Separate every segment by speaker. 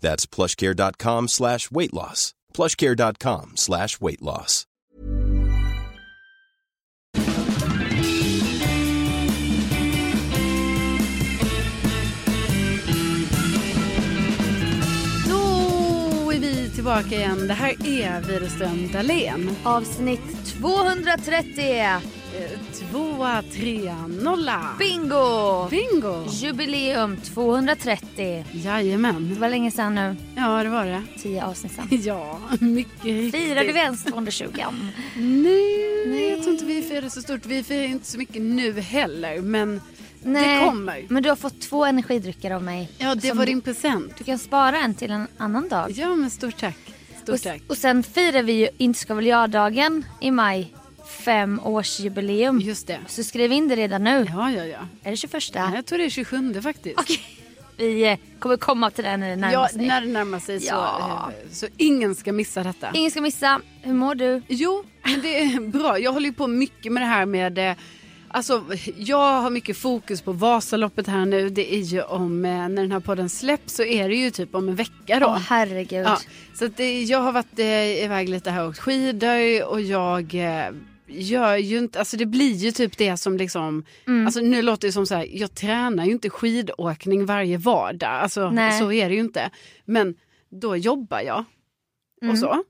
Speaker 1: That's plushcare.com slash weight loss. Plushcare.com slash weight loss.
Speaker 2: Då är vi tillbaka igen. Det här är Widerström Dahlén.
Speaker 3: Avsnitt 230.
Speaker 2: Tvåa, trea, nolla.
Speaker 3: Bingo!
Speaker 2: Bingo!
Speaker 3: Jubileum 230. Det
Speaker 2: Jajamän.
Speaker 3: var länge sedan nu.
Speaker 2: Ja, det var det.
Speaker 3: 10 avsnitt sedan.
Speaker 2: Ja, mycket riktigt.
Speaker 3: Firade vi ens 220?
Speaker 2: Nej, jag tror inte vi firar så stort. Vi firar inte så mycket nu heller, men det kommer.
Speaker 3: Men du har fått två energidrycker av mig.
Speaker 2: Ja, det
Speaker 3: Som
Speaker 2: var
Speaker 3: du-
Speaker 2: din present.
Speaker 3: Du kan spara en till en annan dag.
Speaker 2: Ja, men stort tack. Stort
Speaker 3: och,
Speaker 2: tack.
Speaker 3: och sen firar vi ju Inte ska väl jag-dagen i maj. Femårsjubileum.
Speaker 2: Just det.
Speaker 3: Så skriv in det redan nu.
Speaker 2: Ja, ja, ja.
Speaker 3: Är det 21?
Speaker 2: Nej, jag tror det är 27 faktiskt.
Speaker 3: Vi eh, kommer komma till det när det närmar
Speaker 2: Ja,
Speaker 3: sig.
Speaker 2: när det närmar sig så,
Speaker 3: Ja.
Speaker 2: eh, så ingen ska missa detta.
Speaker 3: Ingen ska missa. Hur mår du?
Speaker 2: Jo, men det är bra. Jag håller ju på mycket med det här med... eh, Alltså, jag har mycket fokus på Vasaloppet här nu. Det är ju om... eh, När den här podden släpps så är det ju typ om en vecka då.
Speaker 3: Åh herregud.
Speaker 2: ja, så att det, jag har varit eh, iväg lite här och åkt skidor och jag... eh, Gör ju inte, alltså det blir ju typ det som liksom,
Speaker 3: Mm.
Speaker 2: alltså nu låter det som så här, jag tränar ju inte skidåkning varje vardag, alltså
Speaker 3: Nej.
Speaker 2: så är det ju inte. Men då jobbar jag
Speaker 3: Mm.
Speaker 2: och så.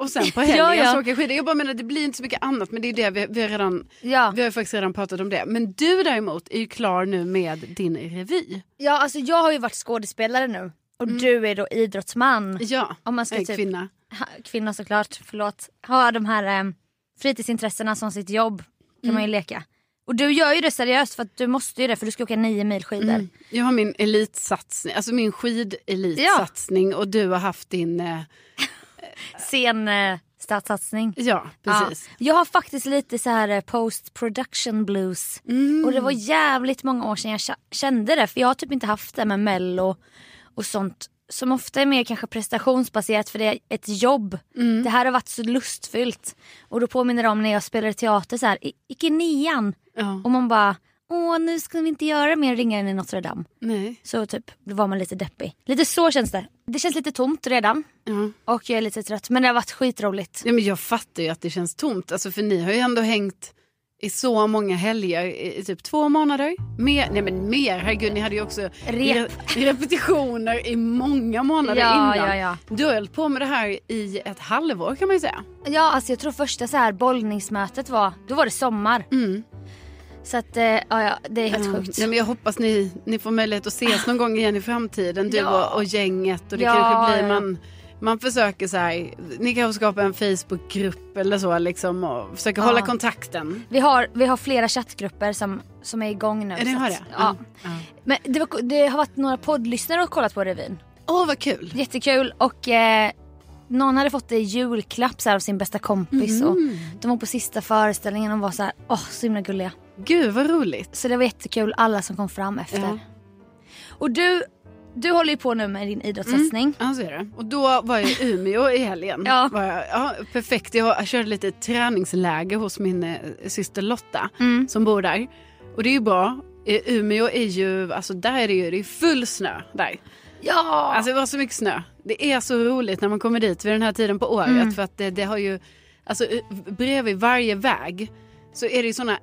Speaker 2: Och sen på helgen
Speaker 3: Ja, ja.
Speaker 2: så åker jag skidor. Jag bara menar det blir inte så mycket annat men det är det vi, vi, har redan,
Speaker 3: Ja.
Speaker 2: vi har ju faktiskt redan pratat om det. Men du däremot är ju klar nu med din revy.
Speaker 3: Ja, alltså jag har ju varit skådespelare nu och du är då idrottsman.
Speaker 2: Mm. Ja,
Speaker 3: Om man ska
Speaker 2: en
Speaker 3: typ-
Speaker 2: kvinna.
Speaker 3: Ha, kvinna såklart, förlåt. Ha de här eh, fritidsintressena som sitt jobb kan
Speaker 2: Mm.
Speaker 3: man ju leka. Och du gör ju det seriöst för att du måste ju det för du ska åka nio mil skidor.
Speaker 2: Jag har min elitsatsning, alltså min skidelitsatsning och du har haft din, eh,
Speaker 3: Sen eh, stadssatsning.
Speaker 2: ja precis.
Speaker 3: Ja. Jag har faktiskt lite så här eh, post production blues. Och det var jävligt många år sedan jag kä- kände det. För jag har typ inte haft det med mello och sånt. Som ofta är mer kanske prestationsbaserat för det är ett jobb.
Speaker 2: Mm.
Speaker 3: Det här har varit så lustfyllt. Och då påminner det om när jag spelade teater så här. I, gick i nian.
Speaker 2: Ja.
Speaker 3: Och man bara, åh nu ska vi inte göra mer Ringaren i Notre Dame.
Speaker 2: Nej.
Speaker 3: Så typ, då var man lite deppig. Lite så känns det. Det känns lite tomt redan.
Speaker 2: Ja.
Speaker 3: Och jag är lite trött. Men det har varit skitroligt.
Speaker 2: Ja, men jag fattar ju att det känns tomt, alltså, för ni har ju ändå hängt i så många helger, i i typ två månader. Mer, nej men mer, herregud ni hade ju också
Speaker 3: Rep.
Speaker 2: re- repetitioner i många månader
Speaker 3: Ja,
Speaker 2: innan.
Speaker 3: ja, ja.
Speaker 2: Du har hållit på med det här i ett halvår kan man ju säga.
Speaker 3: Ja, alltså jag tror första så här bollningsmötet var, då var det sommar. Så att, eh, ja, ja, det är helt sjukt.
Speaker 2: Nej, Mm. men jag hoppas ni, ni får möjlighet att ses någon gång igen i framtiden, du
Speaker 3: Ja.
Speaker 2: och, och gänget. Och det
Speaker 3: Ja,
Speaker 2: kanske blir
Speaker 3: ja.
Speaker 2: man, man försöker så här, ni kanske skapar en Facebookgrupp eller så liksom och försöker hålla kontakten.
Speaker 3: Vi, har, vi har flera chattgrupper som, som är igång nu.
Speaker 2: Ja, ni
Speaker 3: så
Speaker 2: har
Speaker 3: att-
Speaker 2: det? Mm.
Speaker 3: Ja.
Speaker 2: Ja.
Speaker 3: Men det, var, det har varit några poddlyssnare och kollat på revyn.
Speaker 2: Åh vad kul!
Speaker 3: Jättekul och eh, någon hade fått det i julklapp så här, av sin bästa kompis. Och
Speaker 2: Mm.
Speaker 3: de var på sista föreställningen och var så här, åh så himla gulliga.
Speaker 2: Gud vad roligt.
Speaker 3: Så det var jättekul, alla som kom fram efter.
Speaker 2: Ja.
Speaker 3: Och du du håller ju på nu med din idrottssatsning.
Speaker 2: Ja, så är det. Och då var jag i Umeå i helgen.
Speaker 3: Ja.
Speaker 2: Var jag, ja, perfekt. Jag körde lite träningsläger hos min eh, syster Lotta
Speaker 3: Mm.
Speaker 2: som bor där. Och det är ju bra. I Umeå är ju, alltså där är det ju det är full snö där.
Speaker 3: Ja!
Speaker 2: Alltså det var så mycket snö. Det är så roligt när man kommer dit vid den här tiden på året för att det, det har ju, alltså u- bredvid varje väg så är det ju sådana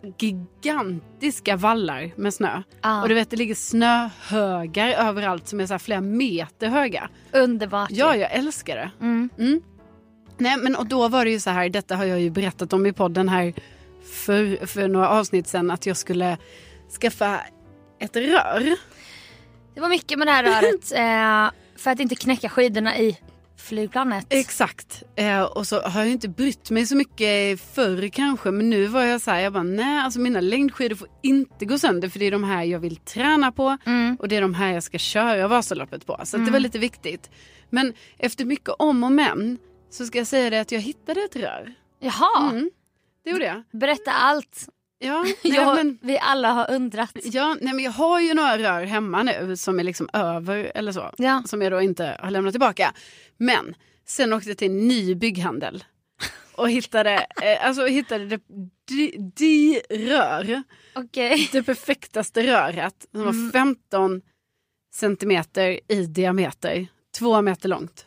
Speaker 2: gigantiska vallar med snö.
Speaker 3: Ja.
Speaker 2: Och du vet det ligger snöhögar överallt som är så här flera meter höga.
Speaker 3: Underbart.
Speaker 2: Ja, jag älskar det. Mm. Nej, men och då var det ju så här, detta har jag ju berättat om i podden här för, för några avsnitt sedan, att jag skulle skaffa ett rör.
Speaker 3: Det var mycket med det här röret. eh, för att inte knäcka skidorna i flygplanet.
Speaker 2: Exakt. Eh, och så har jag ju inte brytt mig så mycket förr kanske, men nu var jag så här, jag bara nej, alltså mina längdskidor får inte gå sönder för det är de här jag vill träna på och det är de här jag ska köra Vasaloppet på. Så att det var lite viktigt. Men efter mycket om och men så ska jag säga det att jag hittade ett rör.
Speaker 3: Jaha,
Speaker 2: Mm. Det gjorde jag.
Speaker 3: berätta allt.
Speaker 2: Ja, nej,
Speaker 3: Jag,
Speaker 2: men,
Speaker 3: Vi alla har undrat.
Speaker 2: ja, nej, men jag har ju några rör hemma nu som är liksom över eller så.
Speaker 3: Ja.
Speaker 2: Som jag då inte har lämnat tillbaka. Men sen åkte jag till en ny bygghandel. Och hittade, eh, alltså, hittade det, de, de rör,
Speaker 3: Okej.
Speaker 2: det perfektaste röret som var 15 centimeter i diameter, två meter långt.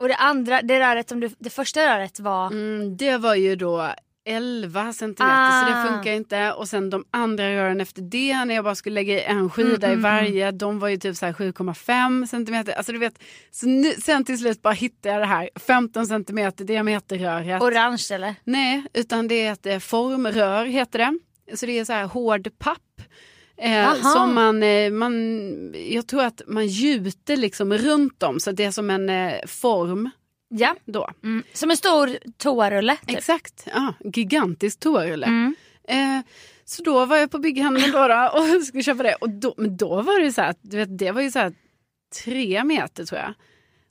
Speaker 3: Och det andra, det röret som du, det första röret var.
Speaker 2: Mm, det var ju då 11 centimeter så
Speaker 3: Ah.
Speaker 2: det funkar inte. Och sen de andra rören efter det när jag bara skulle lägga en
Speaker 3: Mm,
Speaker 2: skida i varje. De var ju typ så här 7,5 centimeter. Alltså du vet. Så nu, sen till slut bara hittade jag det här 15 centimeter diameterröret.
Speaker 3: Orange eller?
Speaker 2: Nej, utan det är ett eh, formrör heter det. Så det är så här hård papp. Eh,
Speaker 3: Aha.
Speaker 2: som man, eh, man, jag tror att man gjuter liksom runt om så att det är som en eh, form
Speaker 3: Ja.
Speaker 2: då.
Speaker 3: Mm. Som en stor toarulle. Typ. Mm.
Speaker 2: Exakt, ja, gigantisk toarulle. Eh, så då var jag på bygghandeln då, då och skulle köpa det. Och då, men då var det så här, att, du vet, det var ju så här tre meter tror jag.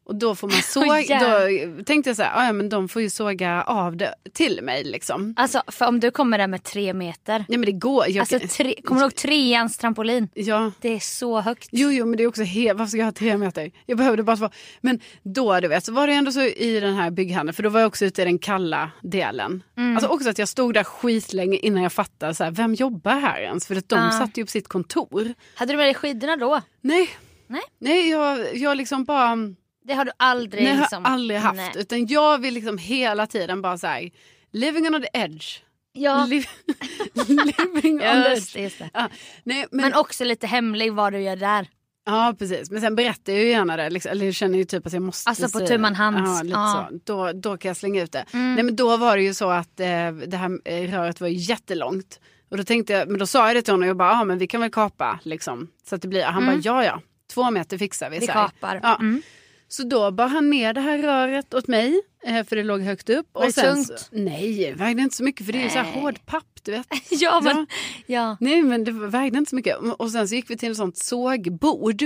Speaker 2: Och då får man såga,
Speaker 3: jävlar.
Speaker 2: då tänkte jag så här, "Ah, ja men de får ju såga av det till mig liksom.
Speaker 3: Alltså för om du kommer där med tre meter.
Speaker 2: Nej men det går. Jag,
Speaker 3: Alltså tre, kommer du ihåg treans trampolin?
Speaker 2: ja.
Speaker 3: Det är så högt.
Speaker 2: Jo, jo, men det är också helt, varför ska jag ha tre meter? Jag behövde bara vara, men då du vet, så var det ändå så i den här bygghandeln, för då var jag också ute i den kalla delen.
Speaker 3: Mm.
Speaker 2: Alltså också att jag stod där skitlänge innan jag fattade, så här, vem jobbar här ens? För att de satt ju på sitt kontor.
Speaker 3: Hade du med dig skidorna då?
Speaker 2: Nej,
Speaker 3: Nej.
Speaker 2: nej jag, jag liksom bara,
Speaker 3: Det har du aldrig
Speaker 2: nej,
Speaker 3: liksom.
Speaker 2: har aldrig haft,
Speaker 3: Nej.
Speaker 2: utan jag vill liksom hela tiden bara så här, living on the edge.
Speaker 3: Ja,
Speaker 2: Li- living on the edge.
Speaker 3: just, det, just det.
Speaker 2: Ja, nej, men,
Speaker 3: Men också lite hemlig vad du gör där.
Speaker 2: Ja precis, men sen berättar jag ju gärna det, liksom, eller jag känner ju typ att jag måste
Speaker 3: Alltså, på
Speaker 2: säga-
Speaker 3: tu man hand.
Speaker 2: Ja, lite
Speaker 3: Ja. Mm.
Speaker 2: så. Då, då kan jag slänga ut det. Nej men då var det ju så att eh, det här eh, röret var ju jättelångt. Och då tänkte jag, men då sa jag det till honom och jag bara, ja men vi kan väl kapa liksom. Så att det blir, han bara, ja ja, två meter fixar vi.
Speaker 3: Mm. Vi
Speaker 2: så här.
Speaker 3: kapar. Mm.
Speaker 2: Ja. Så då bar han ner det här röret åt mig, eh, för det låg högt upp.
Speaker 3: Var det
Speaker 2: Så,
Speaker 3: tungt?
Speaker 2: nej, det vägde inte så mycket för det är ju så här
Speaker 3: Nej.
Speaker 2: hård papp du vet.
Speaker 3: Ja, men,
Speaker 2: Ja.
Speaker 3: ja.
Speaker 2: Nej men det vägde inte så mycket. Och sen så gick vi till ett sånt sågbord.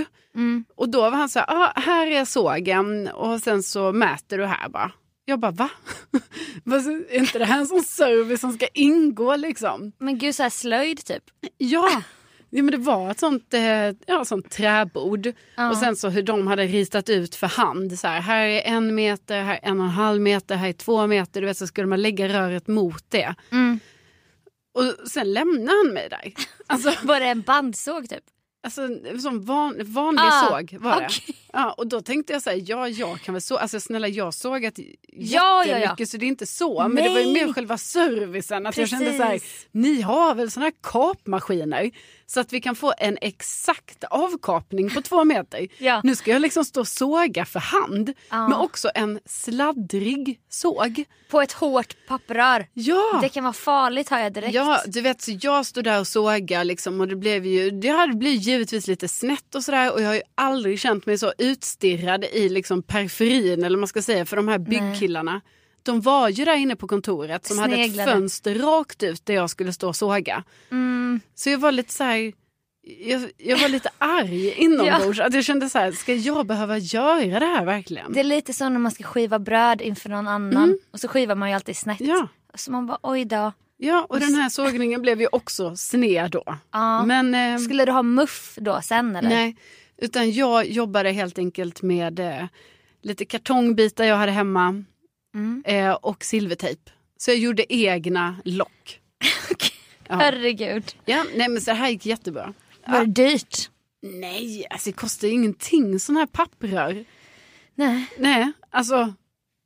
Speaker 2: Och då var han så här, ah, här är sågen och sen så mäter du här bara. Jag bara va? Vad så- är inte det här en sån service som ska ingå liksom?
Speaker 3: men gud så här slöjd typ.
Speaker 2: Ja. Ja, men det var ett sånt, eh, ja, sånt träbord och sen så hur de hade ritat ut för hand. Så här, här är en meter, här är en och en halv meter, här är två meter. Du vet, så skulle man lägga röret mot det. Och sen lämnade han mig där. Alltså,
Speaker 3: Var det en bandsåg typ?
Speaker 2: Alltså en sån van, vanlig
Speaker 3: Ah,
Speaker 2: såg var det.
Speaker 3: okej.
Speaker 2: Ja, och då tänkte jag så här, ja jag kan väl så, alltså snälla jag såg att
Speaker 3: ja, ja.
Speaker 2: jättemycket så det är inte så. Men det var ju
Speaker 3: Nej.
Speaker 2: mer själva servicen att jag kände så här,
Speaker 3: Precis.
Speaker 2: ni har väl såna här kapmaskiner så att vi kan få en exakt avkapning på två meter.
Speaker 3: Ja. Ah.
Speaker 2: Nu ska jag liksom stå och såga för hand men också en sladdrig såg.
Speaker 3: På ett hårt papprör.
Speaker 2: Ja.
Speaker 3: Det kan vara farligt har jag direkt.
Speaker 2: Ja, du vet, så jag stod där och sågade liksom, och det blev ju det hade blivit givetvis lite snett och sådär och jag har ju aldrig känt mig så utstirrad i liksom periferin eller vad man ska säga för de här byggkillarna. De var ju där inne på kontoret som hade
Speaker 3: Sneglade.
Speaker 2: ett fönster rakt ut där jag skulle stå och såga.
Speaker 3: Mm.
Speaker 2: Så jag var lite så här, jag, jag var lite arg inombords. Att jag kände så här, ska jag behöva göra det här verkligen?
Speaker 3: Det är lite som när man ska skiva bröd inför någon annan och så skivar man ju alltid snett.
Speaker 2: Mm. Ja.
Speaker 3: Så man bara oj då.
Speaker 2: Ja, och den här sågningen blev ju också sned då.
Speaker 3: Ja.
Speaker 2: Men, ehm,
Speaker 3: Skulle du ha muff då sen eller?
Speaker 2: Nej, Utan jag jobbade helt enkelt med eh, lite kartongbitar jag hade hemma
Speaker 3: Mm.
Speaker 2: eh, och silvertejp. Så jag gjorde egna lock. ja.
Speaker 3: Herregud.
Speaker 2: Ja, nej, men så det här gick jättebra.
Speaker 3: Var det dyrt?
Speaker 2: Nej, alltså det kostar ju ingenting sån här papprör.
Speaker 3: Nej.
Speaker 2: Nej, alltså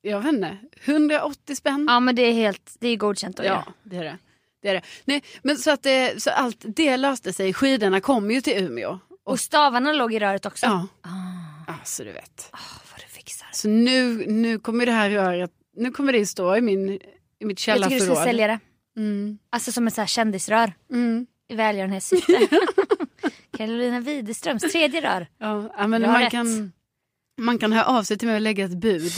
Speaker 2: jag vet inte. 180 spänn.
Speaker 3: Ja men det är helt, det är godkänt att göra.
Speaker 2: Ja, det är det. det, är det. Nej, men så att det, så allt det löste sig. Skidorna kom ju till Umeå.
Speaker 3: Och stavarna låg i röret också.
Speaker 2: Ja,
Speaker 3: Ah.
Speaker 2: alltså du vet.
Speaker 3: Åh, vad du fixar.
Speaker 2: Så nu, nu kommer det här röret, nu kommer det stå i, min, i mitt
Speaker 3: Jag tycker du ska
Speaker 2: källarförråd.
Speaker 3: sälja det.
Speaker 2: Mm.
Speaker 3: Alltså som ett så här kändisrör.
Speaker 2: Mm.
Speaker 3: I välgörenhetssyfte. Carolina Widerströms tredje rör.
Speaker 2: Ja, ja, men
Speaker 3: Du har
Speaker 2: man
Speaker 3: rätt.
Speaker 2: kan, man kan höra av sig till mig och lägga ett bud.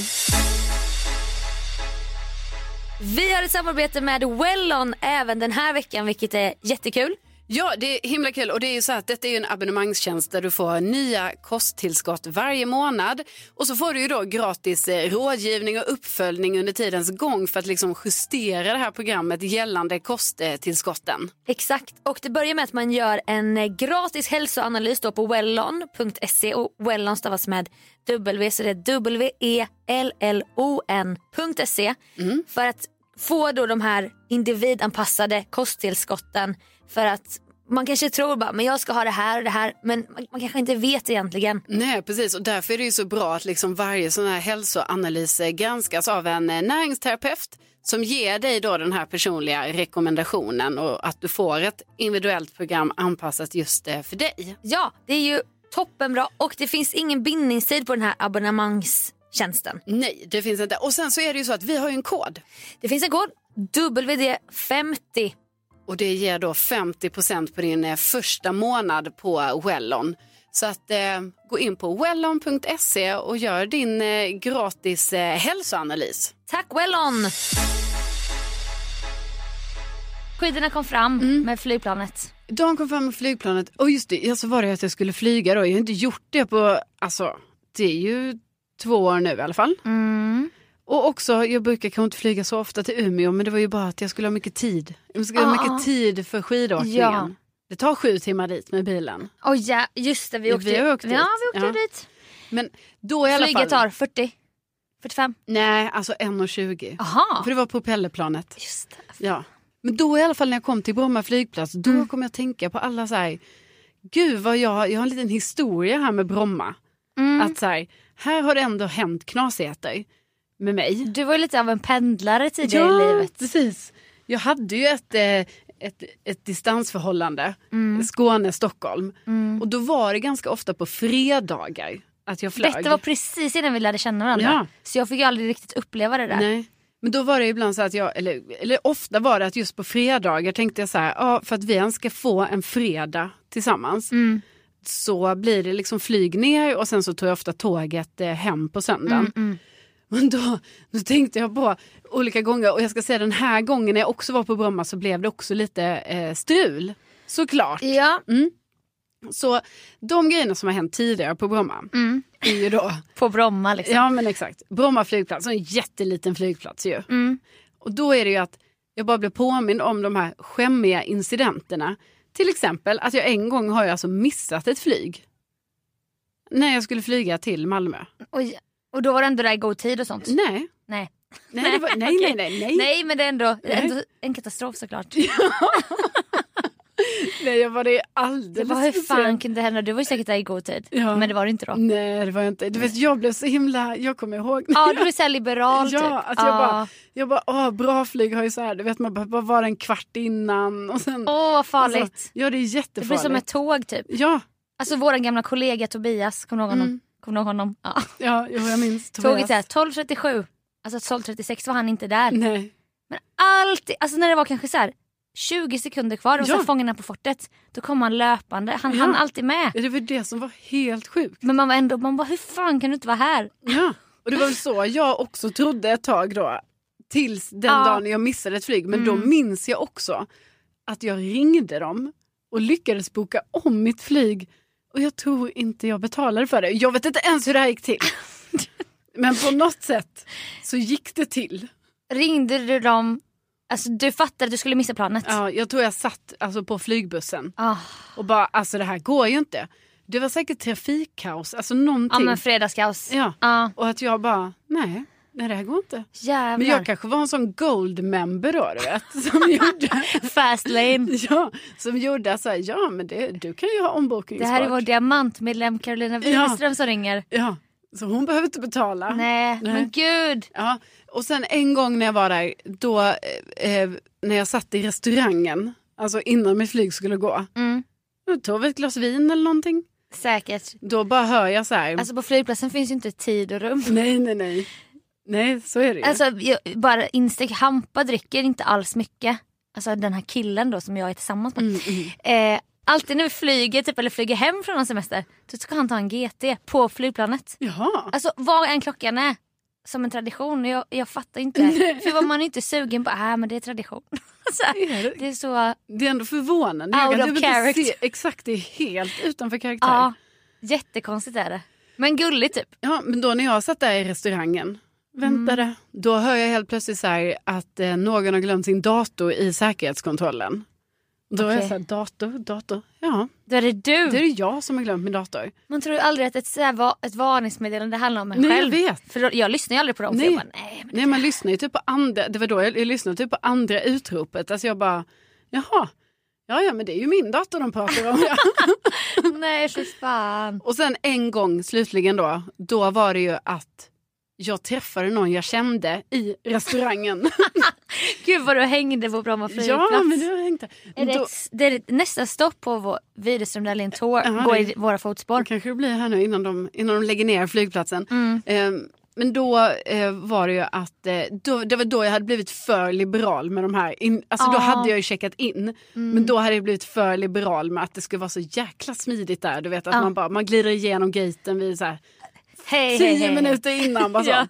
Speaker 3: Vi har ett samarbete med Wellon även den här veckan vilket är jättekul.
Speaker 2: Ja, det är himla kul. Och det är ju så här att detta är ju en abonnemangstjänst där du får nya kosttillskott varje månad. Och så får du ju då gratis eh, rådgivning och uppföljning under tidens gång för att liksom justera det här programmet gällande kosttillskotten.
Speaker 3: Exakt, och det börjar med att man gör en eh, gratis hälsoanalys då på wellon.se och wellon stavas med W E så det är W-E-L-L-O-N.se för att få då de här individanpassade kosttillskotten för att man kanske tror bara men jag ska ha det här och det här men man, man kanske inte vet egentligen.
Speaker 2: Nej, precis. Och därför är det ju så bra att liksom varje sån här hälsoanalys eh, granskas av en eh, näringsterapeut som ger dig då den här personliga rekommendationen och att du får ett individuellt program anpassat just eh, för dig.
Speaker 3: Ja, det är ju toppenbra och det finns ingen bindningstid på den här abonnemangstjänsten.
Speaker 2: Nej, det finns inte. Och sen så är det ju så att vi har ju en kod
Speaker 3: Det finns en kod WD50
Speaker 2: och det ger då 50 på din eh, första månad på Wellon. Så att eh, gå in på wellon.se och gör din eh, gratis eh, hälsoanalys.
Speaker 3: Tack Wellon! Skidorna kom fram med flygplanet.
Speaker 2: Dan kom fram med flygplanet och just det, ja, så var det att jag skulle flyga då. Jag har inte gjort det på, alltså det är ju två år nu i alla fall.
Speaker 3: Mm.
Speaker 2: Och också, jag brukar kanske inte flyga så ofta till Umeå men det var ju bara att jag skulle ha mycket tid. Jag skulle ha
Speaker 3: Ja,
Speaker 2: mycket tid för skidåkningen.
Speaker 3: Ah, Ja.
Speaker 2: Det tar sju timmar dit med bilen.
Speaker 3: Oh, ja, just det, vi
Speaker 2: Ja,
Speaker 3: åkte,
Speaker 2: vi har åkt dit.
Speaker 3: ja, vi åkte
Speaker 2: Ja.
Speaker 3: dit.
Speaker 2: Men då i alla
Speaker 3: Flyget
Speaker 2: fall.
Speaker 3: tar 40, 45.
Speaker 2: Nej, alltså 1.20.
Speaker 3: Aha.
Speaker 2: För det var propellerplanet.
Speaker 3: Just det.
Speaker 2: Ja. Men då i alla fall när jag kom till Bromma flygplats, då kom jag att tänka på alla så här, gud vad jag, jag har en liten historia här med Bromma. Att så här, här har det ändå hänt knasigheter med mig.
Speaker 3: Du var ju lite av en pendlare tidigare i livet.
Speaker 2: precis. Jag hade ju ett, eh, ett, ett distansförhållande, Skåne-Stockholm. Och då var det ganska ofta på fredagar att jag flög.
Speaker 3: Detta var precis innan vi lärde känna varandra.
Speaker 2: Ja.
Speaker 3: Så jag fick ju aldrig riktigt uppleva det där.
Speaker 2: Nej. Men då var det ibland så att jag, eller, eller ofta var det att just på fredagar tänkte jag så här, ja, för att vi ens ska få en fredag tillsammans så blir det liksom flyg ner och sen så tog jag ofta tåget eh, hem på söndagen. Men då, då tänkte jag på olika gånger och jag ska säga den här gången när jag också var på Bromma så blev det också lite eh, strul. Såklart.
Speaker 3: Ja,
Speaker 2: Mm. Så de grejerna som har hänt tidigare på Bromma är ju då
Speaker 3: på Bromma liksom.
Speaker 2: Ja men exakt. Bromma flygplats, en jätteliten flygplats ju.
Speaker 3: Mm.
Speaker 2: Och då är det ju att jag bara blev påmind om de här skämmiga incidenterna. Till exempel att jag en gång har jag alltså missat ett flyg. När jag skulle flyga till Malmö.
Speaker 3: Och, och då var du ändå där i god tid och sånt?
Speaker 2: Nej,
Speaker 3: Nej.
Speaker 2: nej, det var, nej, nej, nej, nej, nej.
Speaker 3: Nej men det är ändå, ändå en katastrof såklart.
Speaker 2: jag var det ju
Speaker 3: Det
Speaker 2: alldeles
Speaker 3: var, hur
Speaker 2: för
Speaker 3: fan
Speaker 2: sent.
Speaker 3: kunde det hända? Du var ju säkert där i god tid.
Speaker 2: Ja.
Speaker 3: Men det var du inte då.
Speaker 2: Nej, det var jag inte. Du vet, jag blev så himla, jag kommer ihåg.
Speaker 3: Ja, du är såhär liberal typ.
Speaker 2: Ja, att jag bara,
Speaker 3: Ja.
Speaker 2: jag bara åh, bra flyg har ju så här, du vet man bara, bara vara en kvart innan. Och sen,
Speaker 3: Åh vad farligt.
Speaker 2: Alltså, ja det är
Speaker 3: det
Speaker 2: jättefarligt.
Speaker 3: blir som ett tåg typ.
Speaker 2: Ja,
Speaker 3: Alltså våran gamla kollega Tobias, kommer du ihåg honom? Kommer du ihåg honom? Ja.
Speaker 2: ja jo, jag minns. Mm. Tobias.
Speaker 3: Tåget är 12.37, alltså 12.36 var han inte där.
Speaker 2: Nej.
Speaker 3: Men alltid, alltså när det var kanske så här 20 sekunder kvar och
Speaker 2: Ja.
Speaker 3: så Fångarna på fortet, då kom han löpande, han
Speaker 2: Ja.
Speaker 3: hann alltid med.
Speaker 2: Ja, det var det som var helt sjukt.
Speaker 3: Men man var ändå, man bara hur fan kan du inte vara här?
Speaker 2: Ja. Och det var väl så jag också trodde ett tag då. Tills den
Speaker 3: Ja. Mm.
Speaker 2: dagen jag missade ett flyg. Men då minns jag också att jag ringde dem och lyckades boka om mitt flyg. Och jag tror inte jag betalade för det. Jag vet inte ens hur det här gick till. Men på något sätt så gick det till.
Speaker 3: Ringde du dem, alltså du fattade att du skulle missa planet?
Speaker 2: Ja, jag tror jag satt alltså, på flygbussen
Speaker 3: Ah.
Speaker 2: och bara alltså det här går ju inte. Det var säkert trafikkaos, alltså
Speaker 3: Ja
Speaker 2: någonting.
Speaker 3: men fredagskaos.
Speaker 2: Ja.
Speaker 3: Ja.
Speaker 2: Och att jag bara, nej, nej det här går inte.
Speaker 3: Jävlar.
Speaker 2: Men jag kanske var en sån gold member då, du vet. Som gjorde,
Speaker 3: Fast lane.
Speaker 2: ja, som gjorde att så här, ja men det, du kan ju ha ombokningsbart.
Speaker 3: Det här är vår diamantmedlem Carolina Widerström som ringer.
Speaker 2: Ja, så hon behöver inte betala.
Speaker 3: Nej, men gud.
Speaker 2: Ja, och sen en gång när jag var där, då eh, eh, när jag satt i restaurangen, alltså innan mitt flyg skulle gå.
Speaker 3: Mm.
Speaker 2: Då tog vi ett glas vin eller någonting.
Speaker 3: Säkert.
Speaker 2: Då bara hör jag så här,
Speaker 3: Alltså på flygplatsen finns ju inte tid och rum.
Speaker 2: nej nej nej. Nej, så är det ju.
Speaker 3: Alltså jag, bara instick, Hampa dricker inte alls mycket. Alltså den här killen då som jag är tillsammans med.
Speaker 2: Mm,
Speaker 3: Eh, alltid när vi flyger typ, eller flyger hem från någon semester då ska han ta en GT på flygplanet.
Speaker 2: Jaha.
Speaker 3: Alltså vad än klockan är. Som en tradition. Jag, jag fattar inte. För vad man är inte sugen på, äh, men det är tradition. Alltså,
Speaker 2: Är det?
Speaker 3: det är så,
Speaker 2: Det är ändå förvånande. Jag
Speaker 3: Out
Speaker 2: kan
Speaker 3: of
Speaker 2: typ
Speaker 3: character.
Speaker 2: Inte se, exakt, det är helt utanför karaktär.
Speaker 3: ja, jättekonstigt är det. Men gulligt typ.
Speaker 2: Ja, men då när jag satt där i restaurangen, väntade,
Speaker 3: Mm.
Speaker 2: då hör jag helt plötsligt så här att eh, någon har glömt sin dator i säkerhetskontrollen. Då är jag
Speaker 3: Okej.
Speaker 2: så här, dator, dator, ja,
Speaker 3: Då är det du.
Speaker 2: det är ju jag som har glömt min dator.
Speaker 3: Man tror ju aldrig att ett, så här, va- ett varningsmeddelande handlar om en
Speaker 2: Nej, jag
Speaker 3: själv.
Speaker 2: vet.
Speaker 3: För då, jag lyssnar ju aldrig på dem.
Speaker 2: Nej.
Speaker 3: Nej. Jag bara, nej, men
Speaker 2: Nej, man lyssnar ju typ på andra, det var då jag, jag lyssnade typ på andra utropet, alltså jag bara, jaha, ja, ja, men det är ju min dator de pratar om. Ja.
Speaker 3: Nej fy fan.
Speaker 2: Och sen en gång slutligen då, då var det ju att jag träffade någon jag kände i restaurangen.
Speaker 3: Gud vad du hängde på Bromma flygplats.
Speaker 2: ja, men du hängde.
Speaker 3: är det,
Speaker 2: Då-
Speaker 3: ett, det är ett, nästa stopp på vår Widerström Dahlén Tour
Speaker 2: Ja,
Speaker 3: går
Speaker 2: det-
Speaker 3: i våra fotspår.
Speaker 2: Det kanske det blir här nu innan de, innan de lägger ner flygplatsen. Eh, men då eh, var det ju att eh, då, det var då jag hade blivit för liberal med de här. In, alltså då
Speaker 3: Ah.
Speaker 2: hade jag ju checkat in. Men då hade jag blivit för liberal med att det skulle vara så jäkla smidigt där. Du vet att man bara man glider igenom gaten vid så här,
Speaker 3: Hej, hej,
Speaker 2: tio
Speaker 3: hej.
Speaker 2: minuter innan. Bara så.
Speaker 3: Ja.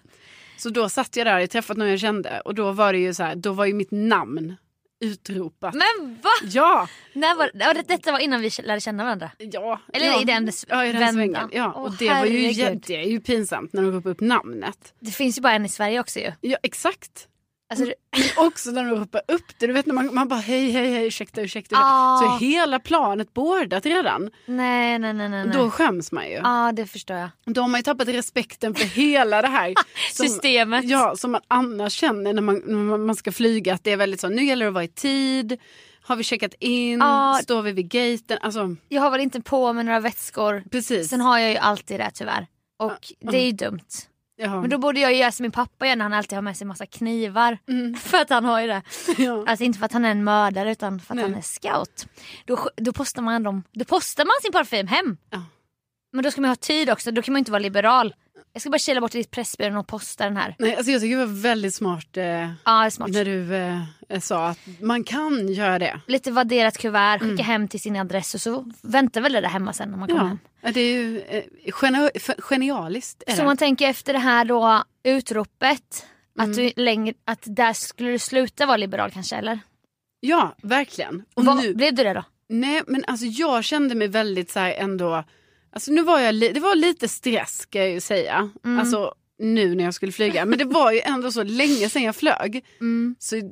Speaker 2: så då satt jag där och träffat någon jag kände och då var det ju så här, då var ju mitt namn utropat.
Speaker 3: Men va?
Speaker 2: Ja,
Speaker 3: När var, ja, det- detta var innan vi lärde känna varandra.
Speaker 2: Ja,
Speaker 3: Eller
Speaker 2: ja.
Speaker 3: i den s-
Speaker 2: ja, i den
Speaker 3: vändan.
Speaker 2: svängen. Ja.
Speaker 3: Åh,
Speaker 2: och det, var ju,
Speaker 3: herregud.
Speaker 2: jä- det är ju pinsamt när de ropar upp namnet.
Speaker 3: Det finns ju bara en i Sverige också ju.
Speaker 2: Ja, exakt.
Speaker 3: Alltså,
Speaker 2: Mm.
Speaker 3: det-
Speaker 2: Också när de ropar upp det. Du vet när man, man bara hej, hej, hej, ursäkta, ursäkta. ursäkta.
Speaker 3: Ah.
Speaker 2: Så är hela planet boardat redan.
Speaker 3: nej nej nej nej. nej. Ah.
Speaker 2: Då skäms man ju.
Speaker 3: Ja det förstår jag.
Speaker 2: Då har man ju tappat respekten för hela det här.
Speaker 3: Systemet.
Speaker 2: Ja, som man annars känner när man, när man ska flyga. Att det är väldigt så, nu gäller det att vara i tid. Har vi checkat in?
Speaker 3: Ah.
Speaker 2: Står vi vid gaten? Alltså,
Speaker 3: Jag har väl inte på mig några vätskor.
Speaker 2: precis.
Speaker 3: Sen har jag ju alltid det tyvärr. Och det är ju dumt.
Speaker 2: ja.
Speaker 3: Men då borde jag ju göra som min pappa gör när han alltid har med sig massa knivar. För att han har ju det.
Speaker 2: Mm. Ja.
Speaker 3: Alltså inte för att han är en mördare utan för att han är scout. Då, sk- då, postar man dem, då postar man sin parfym hem.
Speaker 2: Ja.
Speaker 3: Men då ska man ha tid också, då kan man ju inte vara liberal. Jag ska bara kila bort till Pressbyrån och posta den här.
Speaker 2: Nej, alltså jag tycker det var väldigt smart. Eh...
Speaker 3: Ja, det är smart.
Speaker 2: När du eh, sa att man kan göra det.
Speaker 3: Lite vadderat kuvert, skicka hem till sin adress och så väntar väl det där hemma sen när man kommer
Speaker 2: Mm. Ja. Ja,
Speaker 3: hem.
Speaker 2: Det är ju eh, geni- f- genialiskt. Är
Speaker 3: Så
Speaker 2: det.
Speaker 3: man tänker efter det här då utropet,
Speaker 2: Mm.
Speaker 3: att, du längre, att där skulle du sluta vara liberal kanske eller?
Speaker 2: Ja, verkligen. Och
Speaker 3: Vad-
Speaker 2: nu,
Speaker 3: Blev du det då?
Speaker 2: nej, men alltså jag kände mig väldigt så här ändå, alltså nu var jag, li- det var lite stress ska jag ju säga. Alltså nu när jag skulle flyga, men det var ju ändå så länge sedan jag flög. Så d-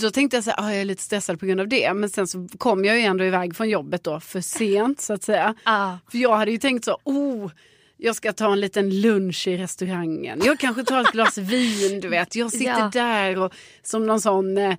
Speaker 2: då tänkte jag så här, ah, jag är lite stressad på grund av det. Men sen så kom jag ju ändå iväg från jobbet då, för sent så att säga.
Speaker 3: Ja.
Speaker 2: För jag hade ju tänkt så, oh, jag ska ta en liten lunch i restaurangen. Jag kanske tar ett glas vin, du vet. Jag sitter
Speaker 3: Ja.
Speaker 2: där och som någon sån eh,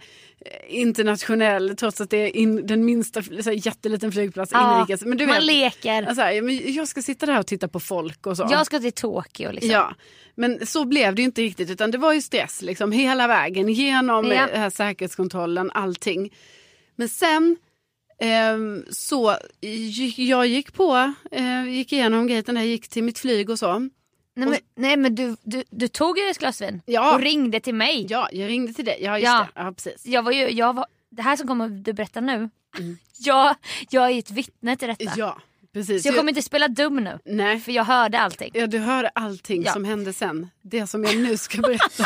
Speaker 2: internationell, trots att det är in, den minsta fl- så här, jätteliten flygplats
Speaker 3: Ja,
Speaker 2: inrikes. Men du
Speaker 3: Ah. man
Speaker 2: vet,
Speaker 3: leker.
Speaker 2: alltså, här, men jag ska sitta där och titta på folk och så.
Speaker 3: Jag ska till Tokyo liksom.
Speaker 2: Ja, men så blev det ju inte riktigt utan det var ju stress liksom hela vägen genom
Speaker 3: Ja.
Speaker 2: eh, den här säkerhetskontrollen, allting. Men sen ehm, så gick, jag gick på, eh, gick igenom gaten där, gick till mitt flyg och så.
Speaker 3: Nej, men, nej men du, du, du tog ju ett glas vin
Speaker 2: Ja.
Speaker 3: och ringde till mig.
Speaker 2: Ja, jag ringde till dig, ja just
Speaker 3: Ja.
Speaker 2: det, ja precis.
Speaker 3: Jag var ju, jag var, det här som kommer du berätta nu, jag, jag är ju ett vittne till detta.
Speaker 2: Mm. Ja, precis.
Speaker 3: Så jag kommer inte spela dum nu.
Speaker 2: Nej.
Speaker 3: För jag hörde allting.
Speaker 2: Ja, du hör allting
Speaker 3: Ja.
Speaker 2: som hände sen, det som jag nu ska berätta.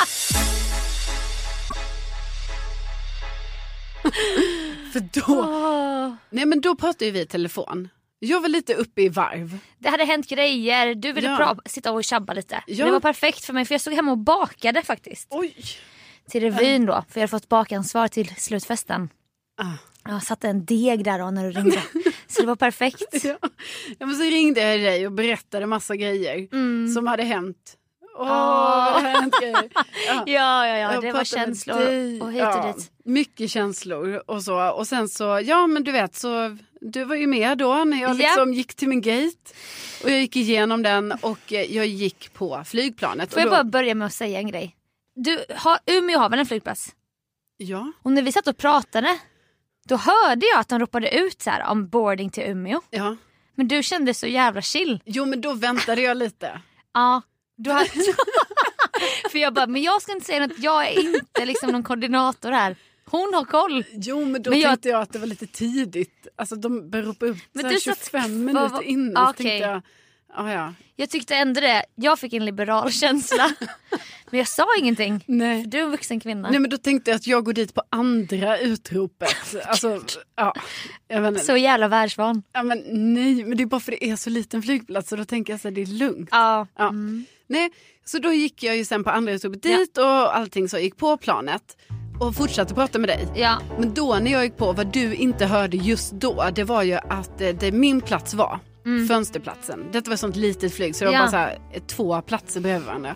Speaker 2: För då, nej men då pratade ju vi i telefon. Jag var lite uppe i varv.
Speaker 3: Det hade hänt grejer, du ville
Speaker 2: Ja.
Speaker 3: pra- sitta och tjabba lite.
Speaker 2: Ja.
Speaker 3: Det var perfekt för mig för jag stod hemma och bakade faktiskt.
Speaker 2: Oj!
Speaker 3: Till revyn då, för jag hade fått bakansvar till slutfesten.
Speaker 2: Ah.
Speaker 3: Jag satte en deg där då när du ringde. Så det var perfekt.
Speaker 2: Ja. Ja, men så ringde jag dig och berättade massa grejer som hade hänt. Åh,
Speaker 3: Åh.
Speaker 2: det hade hänt grejer. Ja.
Speaker 3: Ja, ja, ja.
Speaker 2: Jag
Speaker 3: Det var
Speaker 2: pratade med
Speaker 3: känslor
Speaker 2: dig.
Speaker 3: och hit och
Speaker 2: Ja,
Speaker 3: dit.
Speaker 2: Mycket känslor och så. Och sen så, ja men du vet så, du var ju med då när jag
Speaker 3: Ja.
Speaker 2: liksom gick till min gate. Och jag gick igenom den och eh, jag gick på flygplanet.
Speaker 3: Får
Speaker 2: och
Speaker 3: jag
Speaker 2: då,
Speaker 3: bara börja med att säga en grej? Du, har, Umeå har väl en flygplats?
Speaker 2: Ja,
Speaker 3: Och när vi satt och pratade då hörde jag att de ropade ut så här om boarding till Umeå.
Speaker 2: ja.
Speaker 3: Men du kände så jävla chill.
Speaker 2: Jo men då väntade jag lite.
Speaker 3: Ja, du har... För jag bara, men jag ska inte säga något, jag är inte liksom någon koordinator här. Hon har koll.
Speaker 2: Jo men då
Speaker 3: Men jag-
Speaker 2: tänkte jag att det var lite tidigt. Alltså de började ropa upp
Speaker 3: Men
Speaker 2: så
Speaker 3: du
Speaker 2: här
Speaker 3: satt
Speaker 2: 25
Speaker 3: kvar-
Speaker 2: minuter innan.
Speaker 3: Ah,
Speaker 2: Så
Speaker 3: okej.
Speaker 2: tänkte jag, ja ja.
Speaker 3: Jag tyckte ändå det, jag fick en liberal känsla. Men jag sa ingenting.
Speaker 2: Nej.
Speaker 3: För du är en vuxen kvinna.
Speaker 2: Nej men då tänkte jag att jag går dit på andra utropet. Alltså, ja. Jag vet inte.
Speaker 3: Så jävla världsvan.
Speaker 2: Ja, men nej, men det är bara för det är så liten flygplats och då tänker jag så här, det är lugnt.
Speaker 3: Ja. Mm.
Speaker 2: Ja. Nej, så då gick jag ju sen på andra utropet dit och allting så gick på planet och fortsatte prata med dig.
Speaker 3: Ja.
Speaker 2: Men då när jag gick på, vad du inte hörde just då, det var ju att eh, det min plats var. Fönsterplatsen. Detta var ett sånt litet flyg så det
Speaker 3: Mm. Ja.
Speaker 2: var bara så här, eh, två platser bredvid varandra.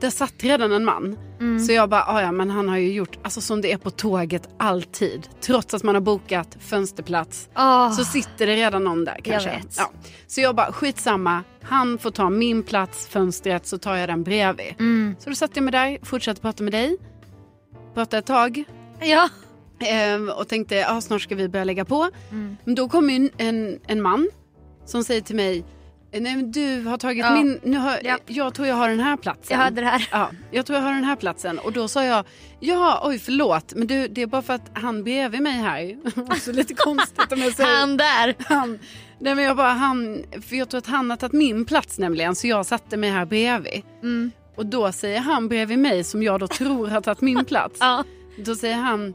Speaker 2: Där satt redan en man.
Speaker 3: Mm.
Speaker 2: Så jag bara, "Ah, ja men han har ju gjort, alltså som det är på tåget alltid. Trots att man har bokat fönsterplats
Speaker 3: Åh.
Speaker 2: så sitter det redan någon där kanske.
Speaker 3: Ah. vet.
Speaker 2: Ja. Så jag bara, skitsamma, han får ta min plats, fönstret, så tar jag den bredvid.
Speaker 3: Mm.
Speaker 2: Så då satt jag med där, fortsatte prata med dig. Pratade ett tag.
Speaker 3: ja.
Speaker 2: Ehm, och tänkte ja, snart ska vi börja lägga på.
Speaker 3: Mm.
Speaker 2: Men då kom ju en, en, en man som säger till mig Nej men du har tagit
Speaker 3: Ja.
Speaker 2: min, nu har,
Speaker 3: Ja.
Speaker 2: jag tror jag har den här platsen.
Speaker 3: Jag hörde det här.
Speaker 2: Ja, jag tror jag har den här platsen. Och då sa jag, ja oj förlåt men du det är bara för att han bredvid mig här. Också lite konstigt om jag säger
Speaker 3: Han där.
Speaker 2: han. Nej men jag bara han, för jag tror att han har tagit min plats nämligen så jag satte mig här bredvid. Och då säger han bredvid mig som jag då tror har tagit min plats.
Speaker 3: Ja.
Speaker 2: Då säger han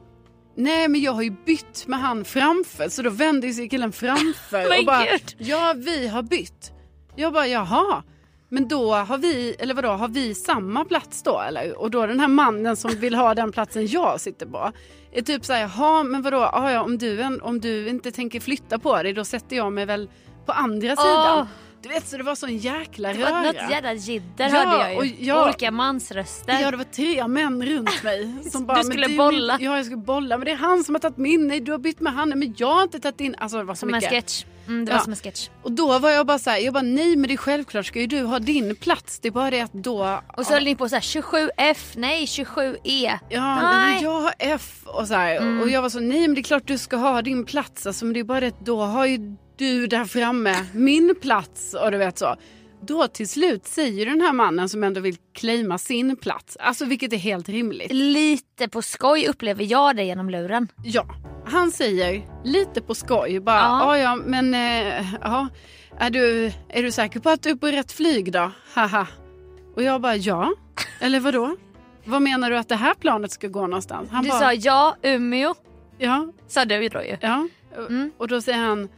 Speaker 2: Nej men jag har ju bytt med han framför så då vände sig killen framför
Speaker 3: Men
Speaker 2: och bara
Speaker 3: gud.
Speaker 2: Ja vi har bytt. Jag bara jaha. Men då har vi, eller vadå, har vi samma plats då eller? Och då den här mannen som vill ha den platsen jag sitter på. Är typ såhär, jaha men vadå, ah, ja, om, du, en- om du inte tänker flytta på dig då sätter jag mig väl på andra sidan.
Speaker 3: Åh.
Speaker 2: Du vet så det var sån jäkla
Speaker 3: Det
Speaker 2: röra.
Speaker 3: var något jävla jidder
Speaker 2: Ja,
Speaker 3: hörde jag ju.
Speaker 2: och jag-
Speaker 3: Olika mansröster.
Speaker 2: Ja det var tre män runt mig. Som bara,
Speaker 3: Du
Speaker 2: men
Speaker 3: skulle
Speaker 2: det är
Speaker 3: bolla.
Speaker 2: Min, ja jag skulle bolla. Men det är han som har tagit min. Nej du har bytt med han. Nej, Men jag har inte tagit in. Alltså det var så
Speaker 3: Som en
Speaker 2: mycket.
Speaker 3: sketch. Mm, det var
Speaker 2: Ja.
Speaker 3: som en sketch.
Speaker 2: Och då var jag bara så här. Jag bara nej men det är självklart ska ju du ha din plats. Det är bara det att då.
Speaker 3: Och så höll ni på så här 27F, nej E. 27E.
Speaker 2: Ja
Speaker 3: nej. Mm.
Speaker 2: men jag har F och så här. Och jag var så nej men det är klart du ska ha din plats. Alltså men det är bara det att då har ju du där framme min plats. Och du vet så. Då till slut säger den här mannen som ändå vill claima sin plats. Alltså vilket är helt rimligt.
Speaker 3: Lite på skoj upplever jag det genom luren.
Speaker 2: Ja, han säger lite på skoj bara, ja
Speaker 3: Ja.
Speaker 2: ja men, eh, ja, är du, är du säker på att du är på rätt flyg då? Haha. Och jag bara, ja, eller vadå? Vad menar du att det här planet ska gå någonstans? Han
Speaker 3: Du
Speaker 2: bara,
Speaker 3: sa ja, Umeå.
Speaker 2: ja,
Speaker 3: Sa du ju då ju.
Speaker 2: ja.
Speaker 3: Mm.
Speaker 2: Och då säger han,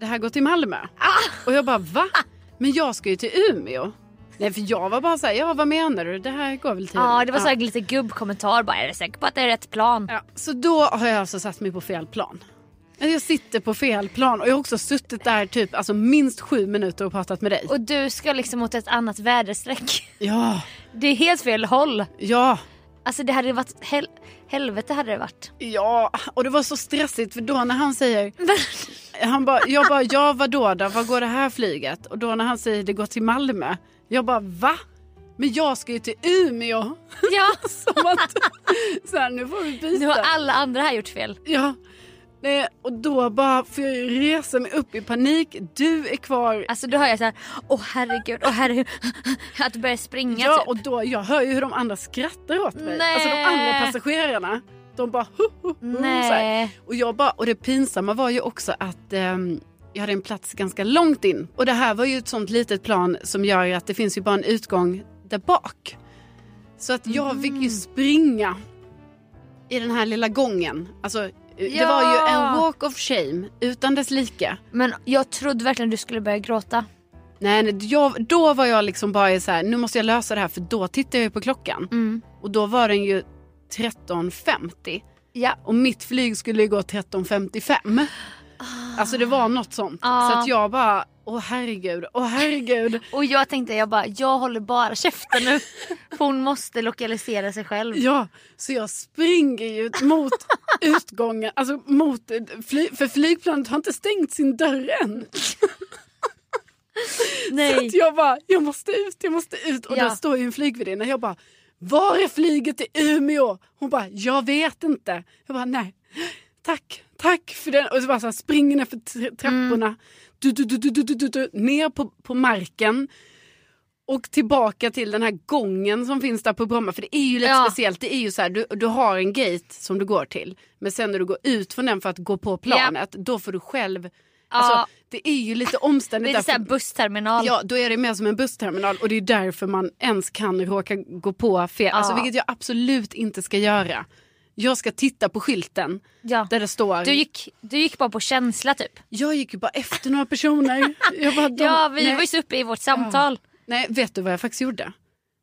Speaker 2: det här går till Malmö.
Speaker 3: Ah!
Speaker 2: Och jag bara, va? Men jag ska ju till Umeå. Nej, för jag var bara så här, ja vad menar du? Det här går väl till
Speaker 3: Ja,
Speaker 2: Umeå?
Speaker 3: det var så här lite gubbkommentar bara. Är du säker på att det är rätt plan?
Speaker 2: Ja, så då har jag alltså satt mig på fel plan. Alltså, Jag sitter på fel plan och jag har också suttit där typ alltså minst sju minuter och pratat med dig.
Speaker 3: Och du ska liksom åt ett annat väderstreck.
Speaker 2: Ja,
Speaker 3: Det är helt fel håll.
Speaker 2: ja,
Speaker 3: Alltså det hade varit... Hel- helvete hade det varit.
Speaker 2: ja. Och det var så stressigt för då när han säger, han bara, jag bara, ja vadå då, vad går det här flyget? Och då när han säger det går till Malmö, jag bara va? Men jag ska ju till Umeå.
Speaker 3: Ja,
Speaker 2: Som att, så här, nu får vi byta.
Speaker 3: nu har alla andra här gjort fel.
Speaker 2: Ja. Nej, och då bara får jag ju resa mig upp i panik. Du är kvar
Speaker 3: Alltså då hör jag så här, åh herregud, åh herregud. Att du börjar springa
Speaker 2: Ja,
Speaker 3: typ.
Speaker 2: och då, jag hör ju hur de andra skrattar åt mig.
Speaker 3: Nej.
Speaker 2: Alltså de andra passagerarna. De bara hu, hu, hu, mm, så här.
Speaker 3: Nej.
Speaker 2: Och jag bara, och det pinsamma var ju också att ehm, jag hade en plats ganska långt in. Och det här var ju ett sånt litet plan som gör att det finns ju bara en utgång där bak. Så att jag fick
Speaker 3: Mm.
Speaker 2: ju springa i den här lilla gången. Alltså, det
Speaker 3: Ja.
Speaker 2: var ju en walk of shame utan dess like.
Speaker 3: Men jag trodde verkligen du skulle börja gråta.
Speaker 2: Nej, nej jag, då var jag liksom bara i så här, nu måste jag lösa det här för då tittar jag ju på klockan.
Speaker 3: Mm.
Speaker 2: Och då var den ju 13.50
Speaker 3: Ja.
Speaker 2: och mitt flyg skulle ju gå 13.55. Alltså det var något sånt.
Speaker 3: Ah.
Speaker 2: Så att jag bara, åh herregud, åh herregud.
Speaker 3: Och jag tänkte jag bara, jag håller bara käften nu. För hon måste lokalisera sig själv.
Speaker 2: Ja, så jag springer ju mot utgången, alltså mot, eh, fly, för flygplanet har inte stängt sin dörr än. Så
Speaker 3: Nej.
Speaker 2: att jag bara, jag måste ut, jag måste ut. Och
Speaker 3: Ja.
Speaker 2: där står ju en flygvärdinna. Jag bara, var är flyget till Umeå? Hon bara, jag vet inte. Jag bara, nej. Tack, tack för den. Och så bara så här, springer ner för tra- trapporna.
Speaker 3: Mm.
Speaker 2: Du, du, du, du, du, du, du, du, ner på, på marken. Och tillbaka till den här gången som finns där på Bromma. För det är ju lite
Speaker 3: Ja.
Speaker 2: speciellt. Det är ju så här, du, du har en gate som du går till. Men sen när du går ut från den för att gå på planet, då får du själv... Alltså, det är ju lite omständigt.
Speaker 3: Lite
Speaker 2: där, för-
Speaker 3: såhär bussterminal.
Speaker 2: Ja, då är det mer som en bussterminal och det är därför man ens kan råka gå på fel. Alltså,
Speaker 3: Ja.
Speaker 2: vilket jag absolut inte ska göra. Jag ska titta på skylten
Speaker 3: Ja.
Speaker 2: där det står.
Speaker 3: Du, gick, du gick bara på känsla typ.
Speaker 2: Jag gick ju bara efter några personer. Jag bara, de...
Speaker 3: ja, vi
Speaker 2: nej.
Speaker 3: var ju så uppe i vårt samtal.
Speaker 2: nej, vet du vad jag faktiskt gjorde?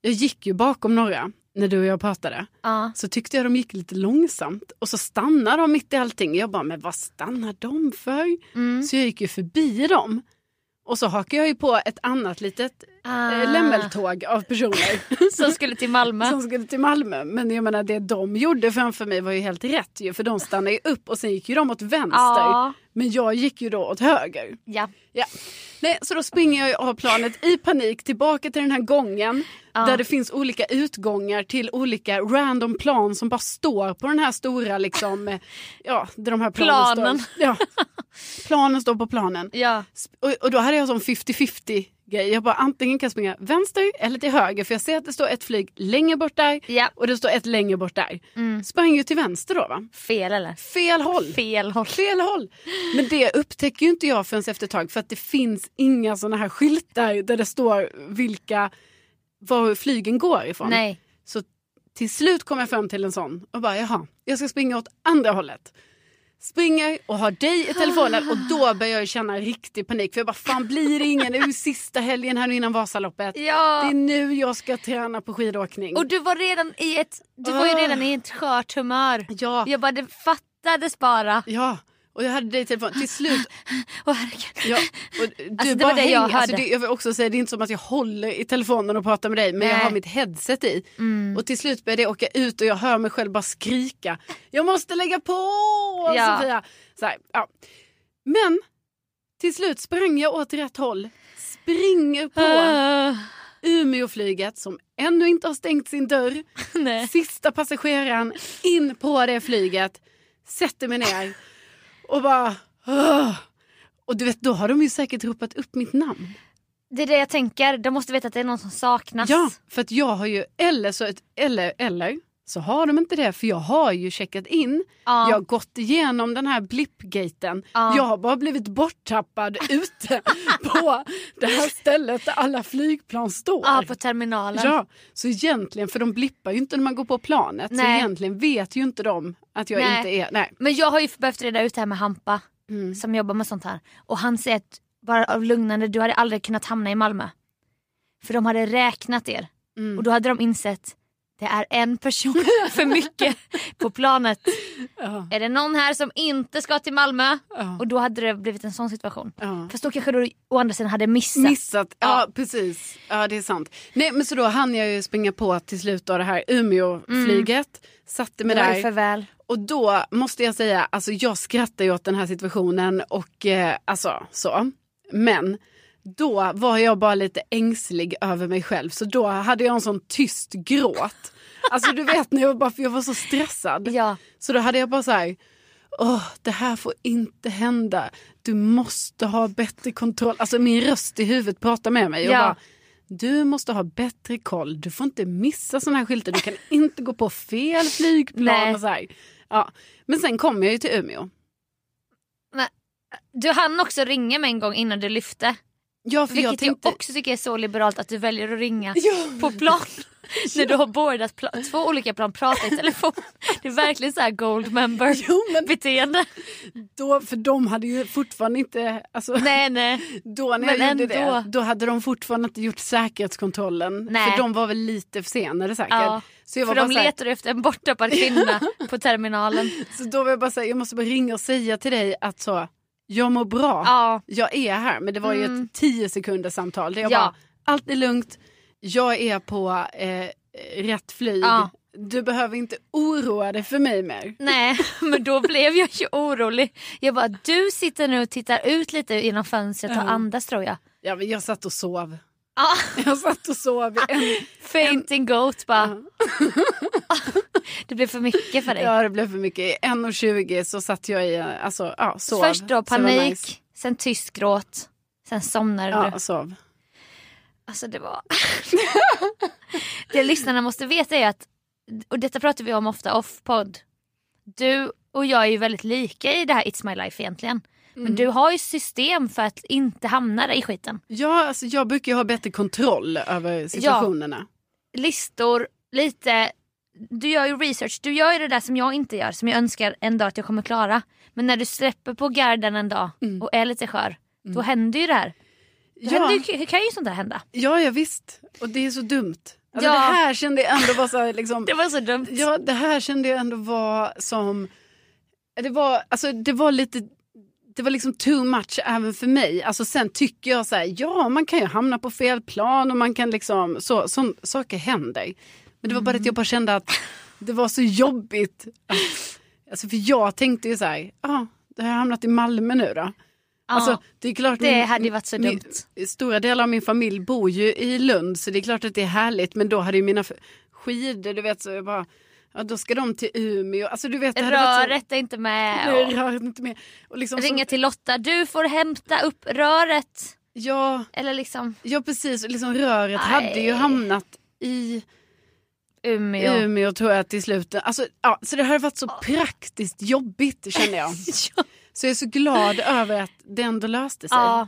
Speaker 2: Jag gick ju bakom några när du och jag pratade.
Speaker 3: Ja.
Speaker 2: Så tyckte jag de gick lite långsamt och så stannade de mitt i allting. Jag bara, men vad stannar de för?
Speaker 3: Mm.
Speaker 2: Så jag gick ju förbi dem. Och så hakade jag ju på ett annat litet
Speaker 3: Ah.
Speaker 2: eh, lämmeltåg av personer.
Speaker 3: Som skulle till Malmö.
Speaker 2: som skulle till Malmö. Men jag menar det de gjorde framför mig var ju helt rätt ju för de stannade ju upp och sen gick ju de åt vänster.
Speaker 3: Ja.
Speaker 2: Men jag gick ju då åt höger.
Speaker 3: Ja.
Speaker 2: Ja. Nej, så då springer jag ju av planet i panik tillbaka till den här gången där det finns olika utgångar till olika random plan som bara står på den här stora liksom, eh, ja, där de här planen,
Speaker 3: Planen.
Speaker 2: Står. Ja. Planen står på planen.
Speaker 3: Ja.
Speaker 2: Sp- Och, och då hade jag sån 50-50 grej. Jag bara antingen kan jag springa vänster eller till höger för jag ser att det står ett flyg längre bort där
Speaker 3: Ja. Mm.
Speaker 2: och det står ett längre bort där. Sprang ju till vänster då va?
Speaker 3: Fel eller?
Speaker 2: Fel håll.
Speaker 3: Fel håll.
Speaker 2: Fel håll. Men det upptäcker ju inte jag förrän efter ett tag för att det finns inga såna här skyltar där det står vilka var flygen går ifrån.
Speaker 3: Nej.
Speaker 2: Så till slut kom jag fram till en sån och bara jaha, jag ska springa åt andra hållet. Springer och har dig i telefonen och då börjar jag känna riktig panik för jag bara fan blir det ingen nu sista helgen här nu innan Vasaloppet. Det
Speaker 3: Ja.
Speaker 2: är nu jag ska träna på skidåkning.
Speaker 3: Och du var redan i ett, du var ju
Speaker 2: Ah.
Speaker 3: redan i ett skört humör.
Speaker 2: Ja.
Speaker 3: Jag bara, det fattades bara.
Speaker 2: Ja, och jag hade dig i telefonen. Till slut
Speaker 3: Åh herregud.
Speaker 2: Ja, och du
Speaker 3: Alltså, det
Speaker 2: bara
Speaker 3: var det jag
Speaker 2: hänger. Alltså,
Speaker 3: hörde.
Speaker 2: det, jag vill också säga, det är inte som att jag håller i telefonen och pratar med dig men jag
Speaker 3: Nej. Mm.
Speaker 2: har mitt headset i. Och till slut börjar det åka ut och jag hör mig själv bara skrika. Jag måste lägga på
Speaker 3: Ja.
Speaker 2: Sofia! Så här, ja. Men till slut sprang jag åt rätt håll. Springer på
Speaker 3: Ah,
Speaker 2: Umeåflyget som ännu inte har stängt sin dörr.
Speaker 3: nej.
Speaker 2: Sista passageraren in på det flyget. Sätter mig ner och bara... "Åh." Och du vet, då har de ju säkert ropat upp mitt namn.
Speaker 3: Det är det jag tänker, de måste veta att det är någon som saknas.
Speaker 2: Ja, för att jag har ju... Eller så, ett, eller, eller så har de inte det, för jag har ju checkat in.
Speaker 3: Ja.
Speaker 2: Jag har gått igenom den här blippgaten.
Speaker 3: Ja.
Speaker 2: Jag har bara blivit borttappad ute på det här stället där alla flygplan står.
Speaker 3: Ja, Ah, på terminalen.
Speaker 2: Ja, så egentligen, för de blippar ju inte när man går på planet,
Speaker 3: Nej.
Speaker 2: så egentligen vet ju inte de att jag
Speaker 3: Nej.
Speaker 2: inte är... Nej.
Speaker 3: Men jag har ju behövt reda ut det här med Hampa
Speaker 2: Mm.
Speaker 3: som jobbar med sånt här. Och han säger att, bara av lugnande, du hade aldrig kunnat hamna i Malmö. För de hade räknat er.
Speaker 2: Mm.
Speaker 3: Och då hade de insett, det är en person för mycket på planet.
Speaker 2: Ja.
Speaker 3: Är det någon här som inte ska till Malmö?
Speaker 2: Ja.
Speaker 3: Och då hade det blivit en sån situation.
Speaker 2: Ja.
Speaker 3: Fast då kanske du å andra sidan hade missat.
Speaker 2: Missat, ja, precis. Ja det är sant. Nej men så då hann jag ju springa på till slut då det här Umeåflyget. Satte mig
Speaker 3: Mm. det var ju
Speaker 2: där.
Speaker 3: för väl.
Speaker 2: Och då måste jag säga, alltså jag skrattar ju åt den här situationen och eh, alltså så. Men då var jag bara lite ängslig över mig själv så då hade jag en sån tyst gråt. Alltså du vet när jag bara, för jag var så stressad.
Speaker 3: Ja.
Speaker 2: Så då hade jag bara så här, åh det här får inte hända. Du måste ha bättre kontroll. Alltså min röst i huvudet pratar med mig. Och
Speaker 3: Ja.
Speaker 2: bara, du måste ha bättre koll, du får inte missa sådana här skyltar, du kan inte gå på fel flygplan.
Speaker 3: Nej.
Speaker 2: Och så här. Ja. Men sen kom jag ju till Umeå.
Speaker 3: Men, du hann också ringa mig en gång innan du lyfte.
Speaker 2: Ja, för
Speaker 3: Vilket
Speaker 2: jag
Speaker 3: jag,
Speaker 2: tänkte...
Speaker 3: också tycker är så liberalt att du väljer att ringa
Speaker 2: Ja.
Speaker 3: på plan. När du har boardat pla- två olika plan, prata i telefon. Det är verkligen så här gold member
Speaker 2: Jo, men
Speaker 3: beteende.
Speaker 2: då, för de hade ju fortfarande inte... Alltså,
Speaker 3: Nej nej.
Speaker 2: Då när
Speaker 3: Men
Speaker 2: jag gjorde
Speaker 3: ändå.
Speaker 2: det, då hade de fortfarande inte gjort säkerhetskontrollen.
Speaker 3: Nej.
Speaker 2: För de var väl lite senare säkert.
Speaker 3: Ja.
Speaker 2: Så, jag var
Speaker 3: För de
Speaker 2: bara så här,
Speaker 3: letar efter en borttappad kvinna på terminalen.
Speaker 2: så då var jag bara såhär, jag måste bara ringa och säga till dig att så, jag mår bra,
Speaker 3: Ja.
Speaker 2: jag är här. Men det var ju ett tio sekunders samtal där jag
Speaker 3: Mm. Ja.
Speaker 2: bara, allt är lugnt, jag är på eh, rätt flyg.
Speaker 3: Ja.
Speaker 2: Du behöver inte oroa dig för mig mer.
Speaker 3: Nej, men då blev jag ju orolig. Jag bara, du sitter nu och tittar ut lite genom fönstret och andas tror jag.
Speaker 2: Ja, men jag satt och sov.
Speaker 3: Ah,
Speaker 2: Jag satt och sov. i En,
Speaker 3: fainting goat bara. det blev för mycket för dig.
Speaker 2: ja, det blev för mycket. I 1.20 så satt jag i, eh, alltså, ja, sov.
Speaker 3: Först
Speaker 2: Så
Speaker 3: då
Speaker 2: det var
Speaker 3: panik,
Speaker 2: nice.
Speaker 3: sen tyst gråt, sen somnade du.
Speaker 2: Ja, sov.
Speaker 3: Alltså det var... det lyssnarna måste veta är att, och detta pratar vi om ofta off-podd. Du och jag är ju väldigt lika i det här It's My Life egentligen. Men
Speaker 2: Mm.
Speaker 3: du har ju system för att inte hamna där i skiten.
Speaker 2: Ja, alltså, jag brukar ju ha bättre kontroll över situationerna.
Speaker 3: listor, lite... Du gör ju research, du gör ju det där som jag inte gör, som jag önskar en dag att jag kommer klara. Men när du släpper på garden en dag och är lite skör, då händer ju det här. Då
Speaker 2: Mm. Ja.
Speaker 3: händer ju, kan ju sånt där hända.
Speaker 2: Ja, ja visst. Och det är så dumt. Alltså,
Speaker 3: Ja.
Speaker 2: Det här kände jag ändå var så här, liksom...
Speaker 3: Det var så dumt.
Speaker 2: Ja, det här kände jag ändå var som... Det var, alltså, det var lite... Det var liksom too much även för mig. Alltså, sen tycker jag så här, ja man kan ju hamna på fel plan och man kan liksom... Så, sån, saker händer. Men det var
Speaker 3: Mm.
Speaker 2: bara att jag bara kände att det var så jobbigt. Att, alltså, för jag tänkte ju så här, ja, ah, har jag hamnat i Malmö nu då. Alltså, det är klart
Speaker 3: det hade ju varit så
Speaker 2: min-
Speaker 3: dumt.
Speaker 2: Stora delar av min familj bor ju i Lund så det är klart att det är härligt men då hade ju mina f- skidor, du vet så jag bara, ja, då ska de till Umeå. Alltså du vet, det hade varit så-
Speaker 3: Röret är inte med.
Speaker 2: Nej,
Speaker 3: Och
Speaker 2: röret inte med. Och liksom som-
Speaker 3: ringa till Lotta, du får hämta upp röret.
Speaker 2: ja,
Speaker 3: Eller liksom
Speaker 2: ja precis, Och liksom röret hade ju hamnat i
Speaker 3: Umeå.
Speaker 2: Umeå tror jag till slut. Alltså, ja, så det här har varit så praktiskt jobbigt känner jag.
Speaker 3: Ja.
Speaker 2: Så jag är så glad över att det ändå löste sig.
Speaker 3: Ja.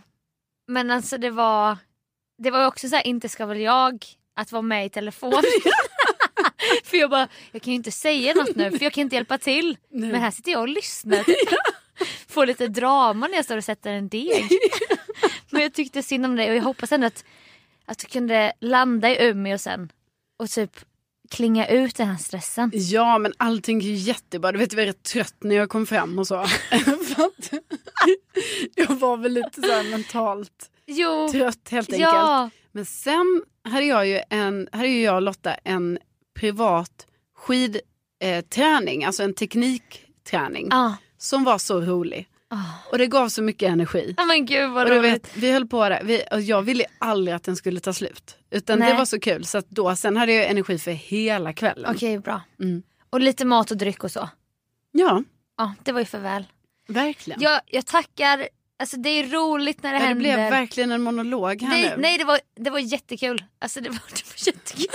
Speaker 3: Men alltså det var Det var ju också så här, inte ska väl jag att vara med i telefon. för jag bara, jag kan ju inte säga något nu för jag kan inte hjälpa till. Men här sitter jag och lyssnar. Får lite drama när jag står och sätter en deg. Men jag tyckte synd om dig och jag hoppas ändå att, att du kunde landa i Umeå sen och typ klinga ut den här stressen.
Speaker 2: Ja, men allting är ju jättebra. Du vet, jag var rätt trött när jag kom fram och så. För att jag var väl lite så här mentalt
Speaker 3: Jo,
Speaker 2: trött helt enkelt.
Speaker 3: ja.
Speaker 2: Men sen hade jag ju en, hade ju jag och Lotta en privat skidträning, alltså en teknikträning
Speaker 3: Ja. Ah.
Speaker 2: som var så rolig. Och det gav så mycket energi.
Speaker 3: Ja, men gud vad
Speaker 2: Och du
Speaker 3: roligt.
Speaker 2: vet, vi höll på där. Vi, och jag ville aldrig att den skulle ta slut. Utan
Speaker 3: Nej.
Speaker 2: det var så kul. Så att då, sen hade jag energi för hela kvällen.
Speaker 3: Okej, bra.
Speaker 2: Mm.
Speaker 3: Och lite mat och dryck och så.
Speaker 2: Ja,
Speaker 3: Ja, det var ju för väl.
Speaker 2: verkligen.
Speaker 3: Jag, jag tackar, alltså det är roligt när det
Speaker 2: Ja, det
Speaker 3: händer.
Speaker 2: blev verkligen en monolog här
Speaker 3: nej,
Speaker 2: nu.
Speaker 3: nej det, var, det var jättekul. Alltså det var, det var jättekul.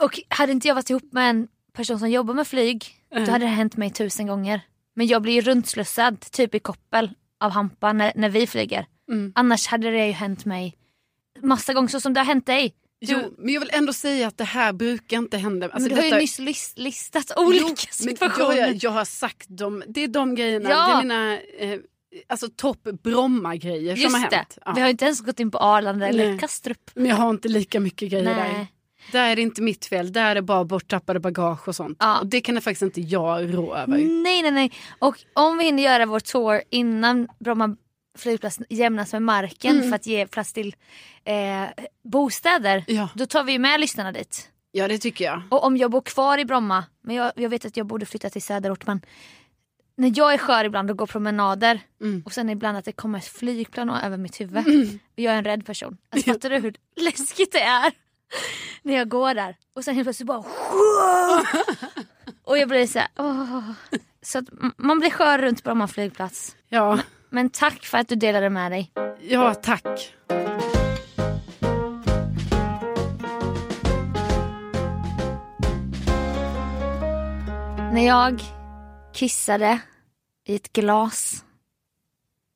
Speaker 3: och hade inte jag varit ihop med en person som jobbar med flyg,
Speaker 2: Mm.
Speaker 3: då hade det hänt mig tusen gånger. Men jag blir ju runtslussad, typ i koppel, av Hampa när, när vi flyger.
Speaker 2: Mm.
Speaker 3: Annars hade det ju hänt mig massa gånger, så som det har hänt dig. Du,
Speaker 2: Jo, men jag vill ändå säga att det här brukar inte hända. Alltså,
Speaker 3: men du har
Speaker 2: detta-
Speaker 3: ju nyss lis- listat
Speaker 2: Jo,
Speaker 3: olika
Speaker 2: men
Speaker 3: situationer.
Speaker 2: Jag, jag har sagt dem, det är de grejerna,
Speaker 3: Ja.
Speaker 2: det är mina eh, alltså, topp Bromma-grejer som har
Speaker 3: Just det,
Speaker 2: hänt. Ja.
Speaker 3: vi har ju inte ens gått in på Arlanda eller
Speaker 2: Nej.
Speaker 3: Kastrup.
Speaker 2: Men jag har inte lika mycket grejer där.
Speaker 3: Nej.
Speaker 2: Där är det inte mitt fel, där är det bara borttappade bagage och sånt.
Speaker 3: Ja. Mm.
Speaker 2: Och det kan jag faktiskt inte jag rå över.
Speaker 3: Nej, nej, nej. Och om vi hinner göra vår tour innan Bromma flygplats jämnas med marken för att ge plats till eh, bostäder,
Speaker 2: Ja.
Speaker 3: då tar vi ju med lyssnarna dit.
Speaker 2: Ja, det tycker jag.
Speaker 3: Och om jag bor kvar i Bromma, men jag, jag vet att jag borde flytta till söderort, men när jag är skör ibland och går promenader och sen ibland att det kommer ett flygplan över mitt huvud och jag är en rädd person. Alltså, fattar du hur läskigt det är? när jag går där och sen helt plötsligt bara och jag blir så här, åh. Så att m- man blir skör runt Bromma flygplats.
Speaker 2: Ja,
Speaker 3: Men tack för att du delade med dig.
Speaker 2: ja tack.
Speaker 3: När jag kissade i ett glas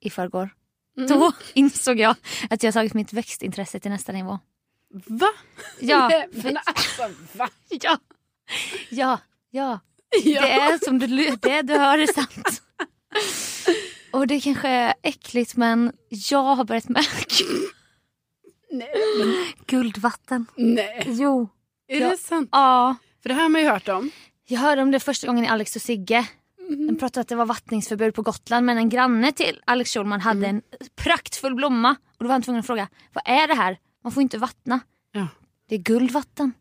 Speaker 3: i förrgår.
Speaker 2: Mm.
Speaker 3: Då insåg jag att jag tagit mitt växtintresse till nästa nivå.
Speaker 2: Va?
Speaker 3: Ja,
Speaker 2: Nej, men alltså, va?
Speaker 3: ja, ja, ja.
Speaker 2: Ja.
Speaker 3: Det är som du, ly- det du hör är sant. Och det kanske är äckligt men jag har börjat märka
Speaker 2: Nej,
Speaker 3: guldvatten.
Speaker 2: nej.
Speaker 3: Jo.
Speaker 2: Är
Speaker 3: Ja.
Speaker 2: det sant?
Speaker 3: Ja.
Speaker 2: För det här har man ju hört om.
Speaker 3: Jag hörde om det första gången i Alex och Sigge. Den pratade att det var vattningsförbud på Gotland men en granne till Alex Schulman hade en praktfull blomma. Och då var han tvungen att fråga, vad är det här? Man får inte vattna.
Speaker 2: Ja.
Speaker 3: Det är guldvatten.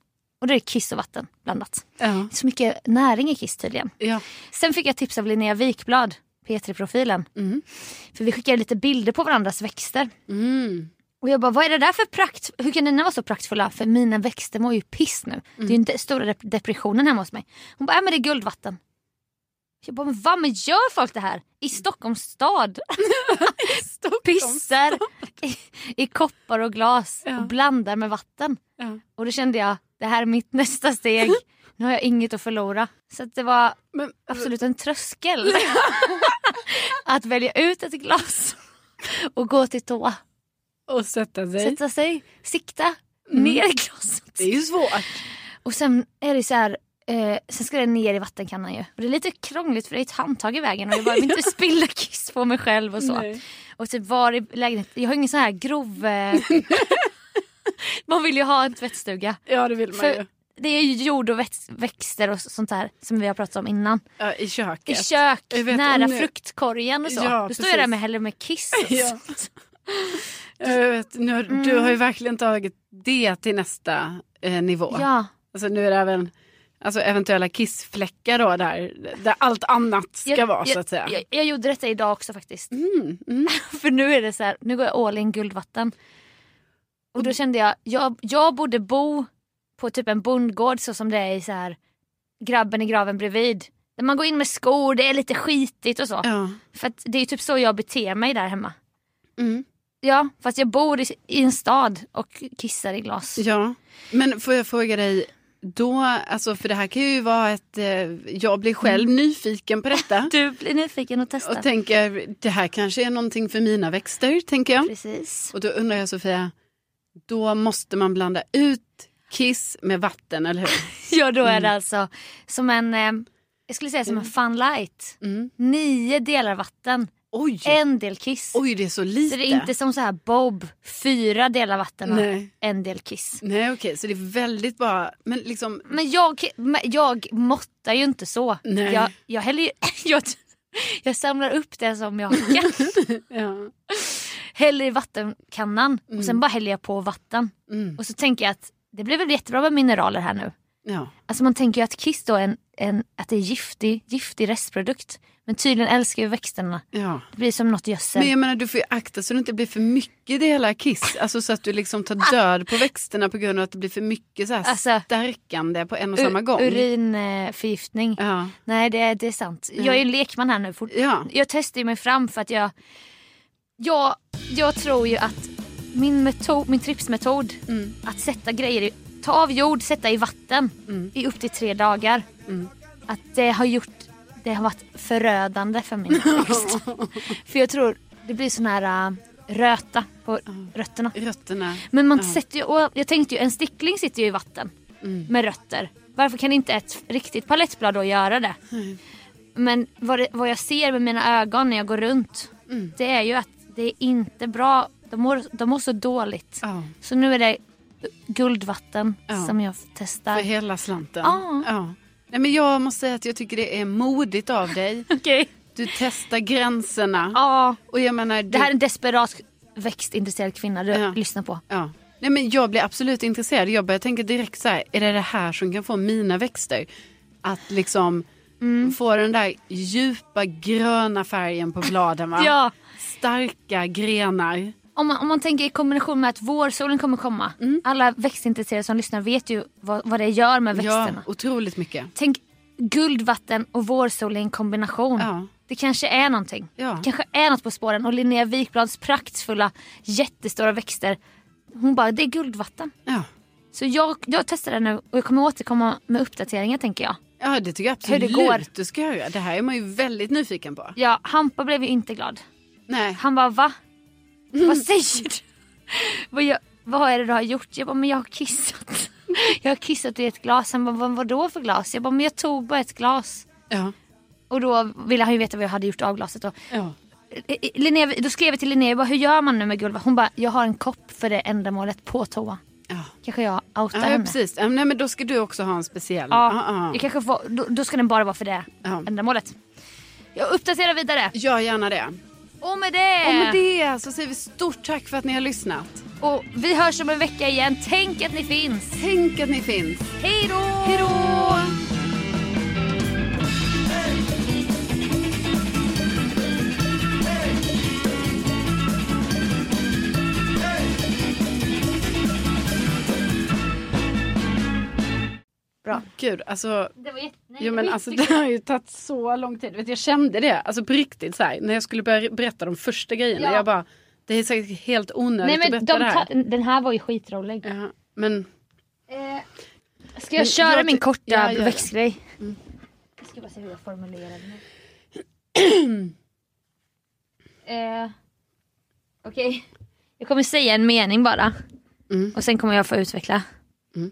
Speaker 3: Och det är kiss och vatten blandat.
Speaker 2: Ja.
Speaker 3: Det är så mycket näring i kiss tydligen.
Speaker 2: Ja.
Speaker 3: Sen fick jag tips av Linnea Wikblad, P3-profilen. För vi skickade lite bilder på varandras växter.
Speaker 2: Mm.
Speaker 3: Och jag bara, vad är det där för prakt? Hur kan dina vara så praktfulla? För mina växter mår ju piss nu. Det är
Speaker 2: Mm.
Speaker 3: ju inte stora dep- depressionen hemma hos mig. Hon bara, äh, men det är guldvatten. Jag bara, men vad men gör folk det här? I Stockholms stad? Pissar i, i koppar och glas
Speaker 2: Ja.
Speaker 3: och blandar med vatten.
Speaker 2: Ja.
Speaker 3: Och då kände jag, det här är mitt nästa steg. Nu har jag inget att förlora. Så att det var
Speaker 2: Men,
Speaker 3: absolut en tröskel. att välja ut ett glas och gå till toa.
Speaker 2: och sätta sig.
Speaker 3: Sätta sig, sikta, ner i glaset.
Speaker 2: Det är ju svårt.
Speaker 3: Mm. Och sen är det så här, eh, sen ska det ner i vattenkannan ju. Och det är lite krångligt för det är ett handtag i vägen och jag bara vill inte spilla kiss på mig själv och så.
Speaker 2: Nej.
Speaker 3: Och typ var i lägenheten, jag har ingen sån här grov... Eh, man vill ju ha en tvättstuga.
Speaker 2: Ja, det vill man ju.
Speaker 3: För det är ju jord och växt, växter och sånt där som vi har pratat om innan.
Speaker 2: Ja, I köket.
Speaker 3: I kök,
Speaker 2: Jag vet,
Speaker 3: nära
Speaker 2: och nu-
Speaker 3: fruktkorgen och så.
Speaker 2: Ja,
Speaker 3: Då står
Speaker 2: precis.
Speaker 3: jag där med heller med kiss. och
Speaker 2: Ja.
Speaker 3: sånt.
Speaker 2: Jag vet, nu, har- Du har ju verkligen tagit det till nästa eh, nivå.
Speaker 3: ja.
Speaker 2: Alltså, nu är det även alltså, eventuella kissfläckar då, där, där allt annat ska
Speaker 3: Jag-
Speaker 2: vara så
Speaker 3: jag-
Speaker 2: att säga.
Speaker 3: Jag, jag gjorde detta idag också faktiskt.
Speaker 2: Mm, mm.
Speaker 3: För nu är det så här, nu går jag all in guldvatten. Och då kände jag, jag, jag borde bo på typ en bondgård så som det är i så här grabben i graven bredvid. Där man går in med skor, det är lite skitigt och så.
Speaker 2: Ja.
Speaker 3: För att det är typ så jag beter mig där hemma.
Speaker 2: Mm.
Speaker 3: Ja, fast jag bor i, i en stad och kissar i glas.
Speaker 2: ja. Men får jag fråga dig, då, alltså, för det här kan ju vara ett... Eh, jag blir själv nyfiken på detta.
Speaker 3: Du blir nyfiken och testar.
Speaker 2: Och tänker, det här kanske är någonting för mina växter, tänker jag.
Speaker 3: Precis.
Speaker 2: Och då undrar jag Sofia, då måste man blanda ut kiss med vatten, eller hur?
Speaker 3: Ja, då är det
Speaker 2: Mm.
Speaker 3: alltså som en, eh, jag skulle säga som en funlight.
Speaker 2: Mm.
Speaker 3: Nio delar vatten,
Speaker 2: Oj!
Speaker 3: en del kiss.
Speaker 2: Oj, det är så lite.
Speaker 3: Så det är inte som så här Bob, fyra delar vatten och
Speaker 2: Nej.
Speaker 3: en del kiss.
Speaker 2: Nej, okej, så det är väldigt bara... Men liksom...
Speaker 3: Men jag, men jag måttar ju inte så.
Speaker 2: Nej.
Speaker 3: Jag, jag, häller ju, jag, jag samlar upp det som jag kan,
Speaker 2: Ja.
Speaker 3: häller i vattenkannan och sen bara häller jag på vatten.
Speaker 2: Mm.
Speaker 3: Och så tänker jag att det blir väl jättebra med mineraler här nu.
Speaker 2: ja.
Speaker 3: Alltså man tänker ju att kiss då är, en, en, att det är giftig, giftig restprodukt. Men tydligen älskar ju växterna.
Speaker 2: ja.
Speaker 3: Det blir som något gödsel.
Speaker 2: Men jag menar, du får ju akta så det inte blir för mycket det hela kiss. Alltså så att du liksom tar död på växterna på grund av att det blir för mycket så här
Speaker 3: Ah. Alltså,
Speaker 2: stärkande på en och samma gång.
Speaker 3: Urinförgiftning.
Speaker 2: Ja.
Speaker 3: Nej det, det är sant. Jag är ju lekman här nu. Fort-
Speaker 2: Ja.
Speaker 3: Jag testar ju mig fram för att jag, jag, jag tror ju att min, metod, min tripsmetod
Speaker 2: Mm.
Speaker 3: att sätta grejer i, ta av jord, sätta i vatten
Speaker 2: Mm.
Speaker 3: i upp till tre dagar. Att det har gjort, det har varit förödande för min växt. för jag tror det blir sån här äh, röta på rötterna.
Speaker 2: Rötterna.
Speaker 3: Men man sätter ju, och jag tänkte ju en stickling sitter ju i vatten
Speaker 2: Mm.
Speaker 3: med rötter. Varför kan inte ett riktigt palettblad då göra det? Men vad, det, vad jag ser med mina ögon när jag går runt
Speaker 2: Mm.
Speaker 3: det är ju att det är inte bra. De mår, de mår så dåligt.
Speaker 2: Ja.
Speaker 3: Så nu är det guldvatten
Speaker 2: Ja.
Speaker 3: som jag
Speaker 2: För
Speaker 3: testar.
Speaker 2: hela slanten.
Speaker 3: Ja.
Speaker 2: Ja. Nej, men jag måste säga att jag tycker det är modigt av dig.
Speaker 3: Okej.
Speaker 2: Du testar
Speaker 3: Ah.
Speaker 2: gränserna.
Speaker 3: Ja,
Speaker 2: Och jag menar, du...
Speaker 3: det här är en desperat växtintresserad kvinna du
Speaker 2: Ja.
Speaker 3: lyssnar på.
Speaker 2: Ja. Nej, men jag blir absolut intresserad. Jag börjar tänka direkt så här, är det det här som kan få mina växter att liksom
Speaker 3: Mm.
Speaker 2: få den där djupa gröna färgen på bladen? Va?
Speaker 3: Ja.
Speaker 2: Starka grenar.
Speaker 3: Om man, om man tänker i kombination med att vårsolen kommer komma. Alla växtintresserade som lyssnar vet ju vad, vad det gör med växterna.
Speaker 2: Mm. Ja, otroligt mycket.
Speaker 3: Tänk guldvatten och vårsol i en kombination.
Speaker 2: Ja.
Speaker 3: Det kanske är någonting.
Speaker 2: Ja.
Speaker 3: Det kanske är något på spåren. Och Linnea Wikblads praktfulla jättestora växter. Hon bara, det är guldvatten.
Speaker 2: Ja.
Speaker 3: Så jag, jag testar det nu och jag kommer återkomma med uppdateringar tänker jag.
Speaker 2: ja, det tycker jag
Speaker 3: Hur
Speaker 2: absolut
Speaker 3: det går.
Speaker 2: du ska göra. Det här är man ju väldigt nyfiken på.
Speaker 3: Ja, Hampa blev ju inte glad.
Speaker 2: Nej.
Speaker 3: Han bara, va?
Speaker 2: Mm.
Speaker 3: Vad säger du? vad, jag, vad är det du har gjort? Jag bara, men jag har kissat. jag har kissat i ett glas. Han bara, vad, då för glas? Jag bara, men jag tog bara ett glas.
Speaker 2: Ja.
Speaker 3: Och då ville han ju veta vad jag hade gjort av glaset då. Eh,
Speaker 2: Ja.
Speaker 3: Linnea, då skrev jag till Linnea, jag bara, hur gör man nu med Gulva? Hon bara, jag har en kopp för det ändamålet på toa.
Speaker 2: Ja.
Speaker 3: kanske jag outar
Speaker 2: Ja, ja,
Speaker 3: henne.
Speaker 2: precis. Ja, nej, men då ska du också ha en speciell.
Speaker 3: Ja,
Speaker 2: Ja,
Speaker 3: Jag
Speaker 2: ja.
Speaker 3: kanske får, då, då ska den bara vara för det
Speaker 2: Ja.
Speaker 3: ändamålet. Jag uppdaterar vidare.
Speaker 2: Gör gärna det.
Speaker 3: Och med det!
Speaker 2: Och med det så säger vi stort tack för att ni har lyssnat.
Speaker 3: Och vi hörs om en vecka igen. Tänk att ni finns.
Speaker 2: Tänk att ni finns.
Speaker 3: Hej då!
Speaker 2: Hej då!
Speaker 3: Bra.
Speaker 2: Gud, alltså.
Speaker 3: Det var jätte... Nej,
Speaker 2: Jo
Speaker 3: det
Speaker 2: men
Speaker 3: var
Speaker 2: alltså det
Speaker 3: jättekul.
Speaker 2: har ju tagit så lång tid. Vet, du, jag kände det, alltså på riktigt så här, när jag skulle börja berätta de första grejerna.
Speaker 3: Ja.
Speaker 2: Jag bara, det är säkert helt onödigt
Speaker 3: Nej, men
Speaker 2: att
Speaker 3: de
Speaker 2: berätta det här.
Speaker 3: ta- den här var ju skitrolig.
Speaker 2: Ja, men
Speaker 3: Eh, Ska jag
Speaker 2: Men
Speaker 3: köra
Speaker 2: jag
Speaker 3: min
Speaker 2: ty-
Speaker 3: korta
Speaker 2: Ja, gör det. Mm.
Speaker 3: växtgrej? Jag ska bara se hur jag formulerar den. här. eh, Okej. Jag kommer säga en mening bara.
Speaker 2: Mm.
Speaker 3: Och sen kommer jag få utveckla.
Speaker 2: Mm.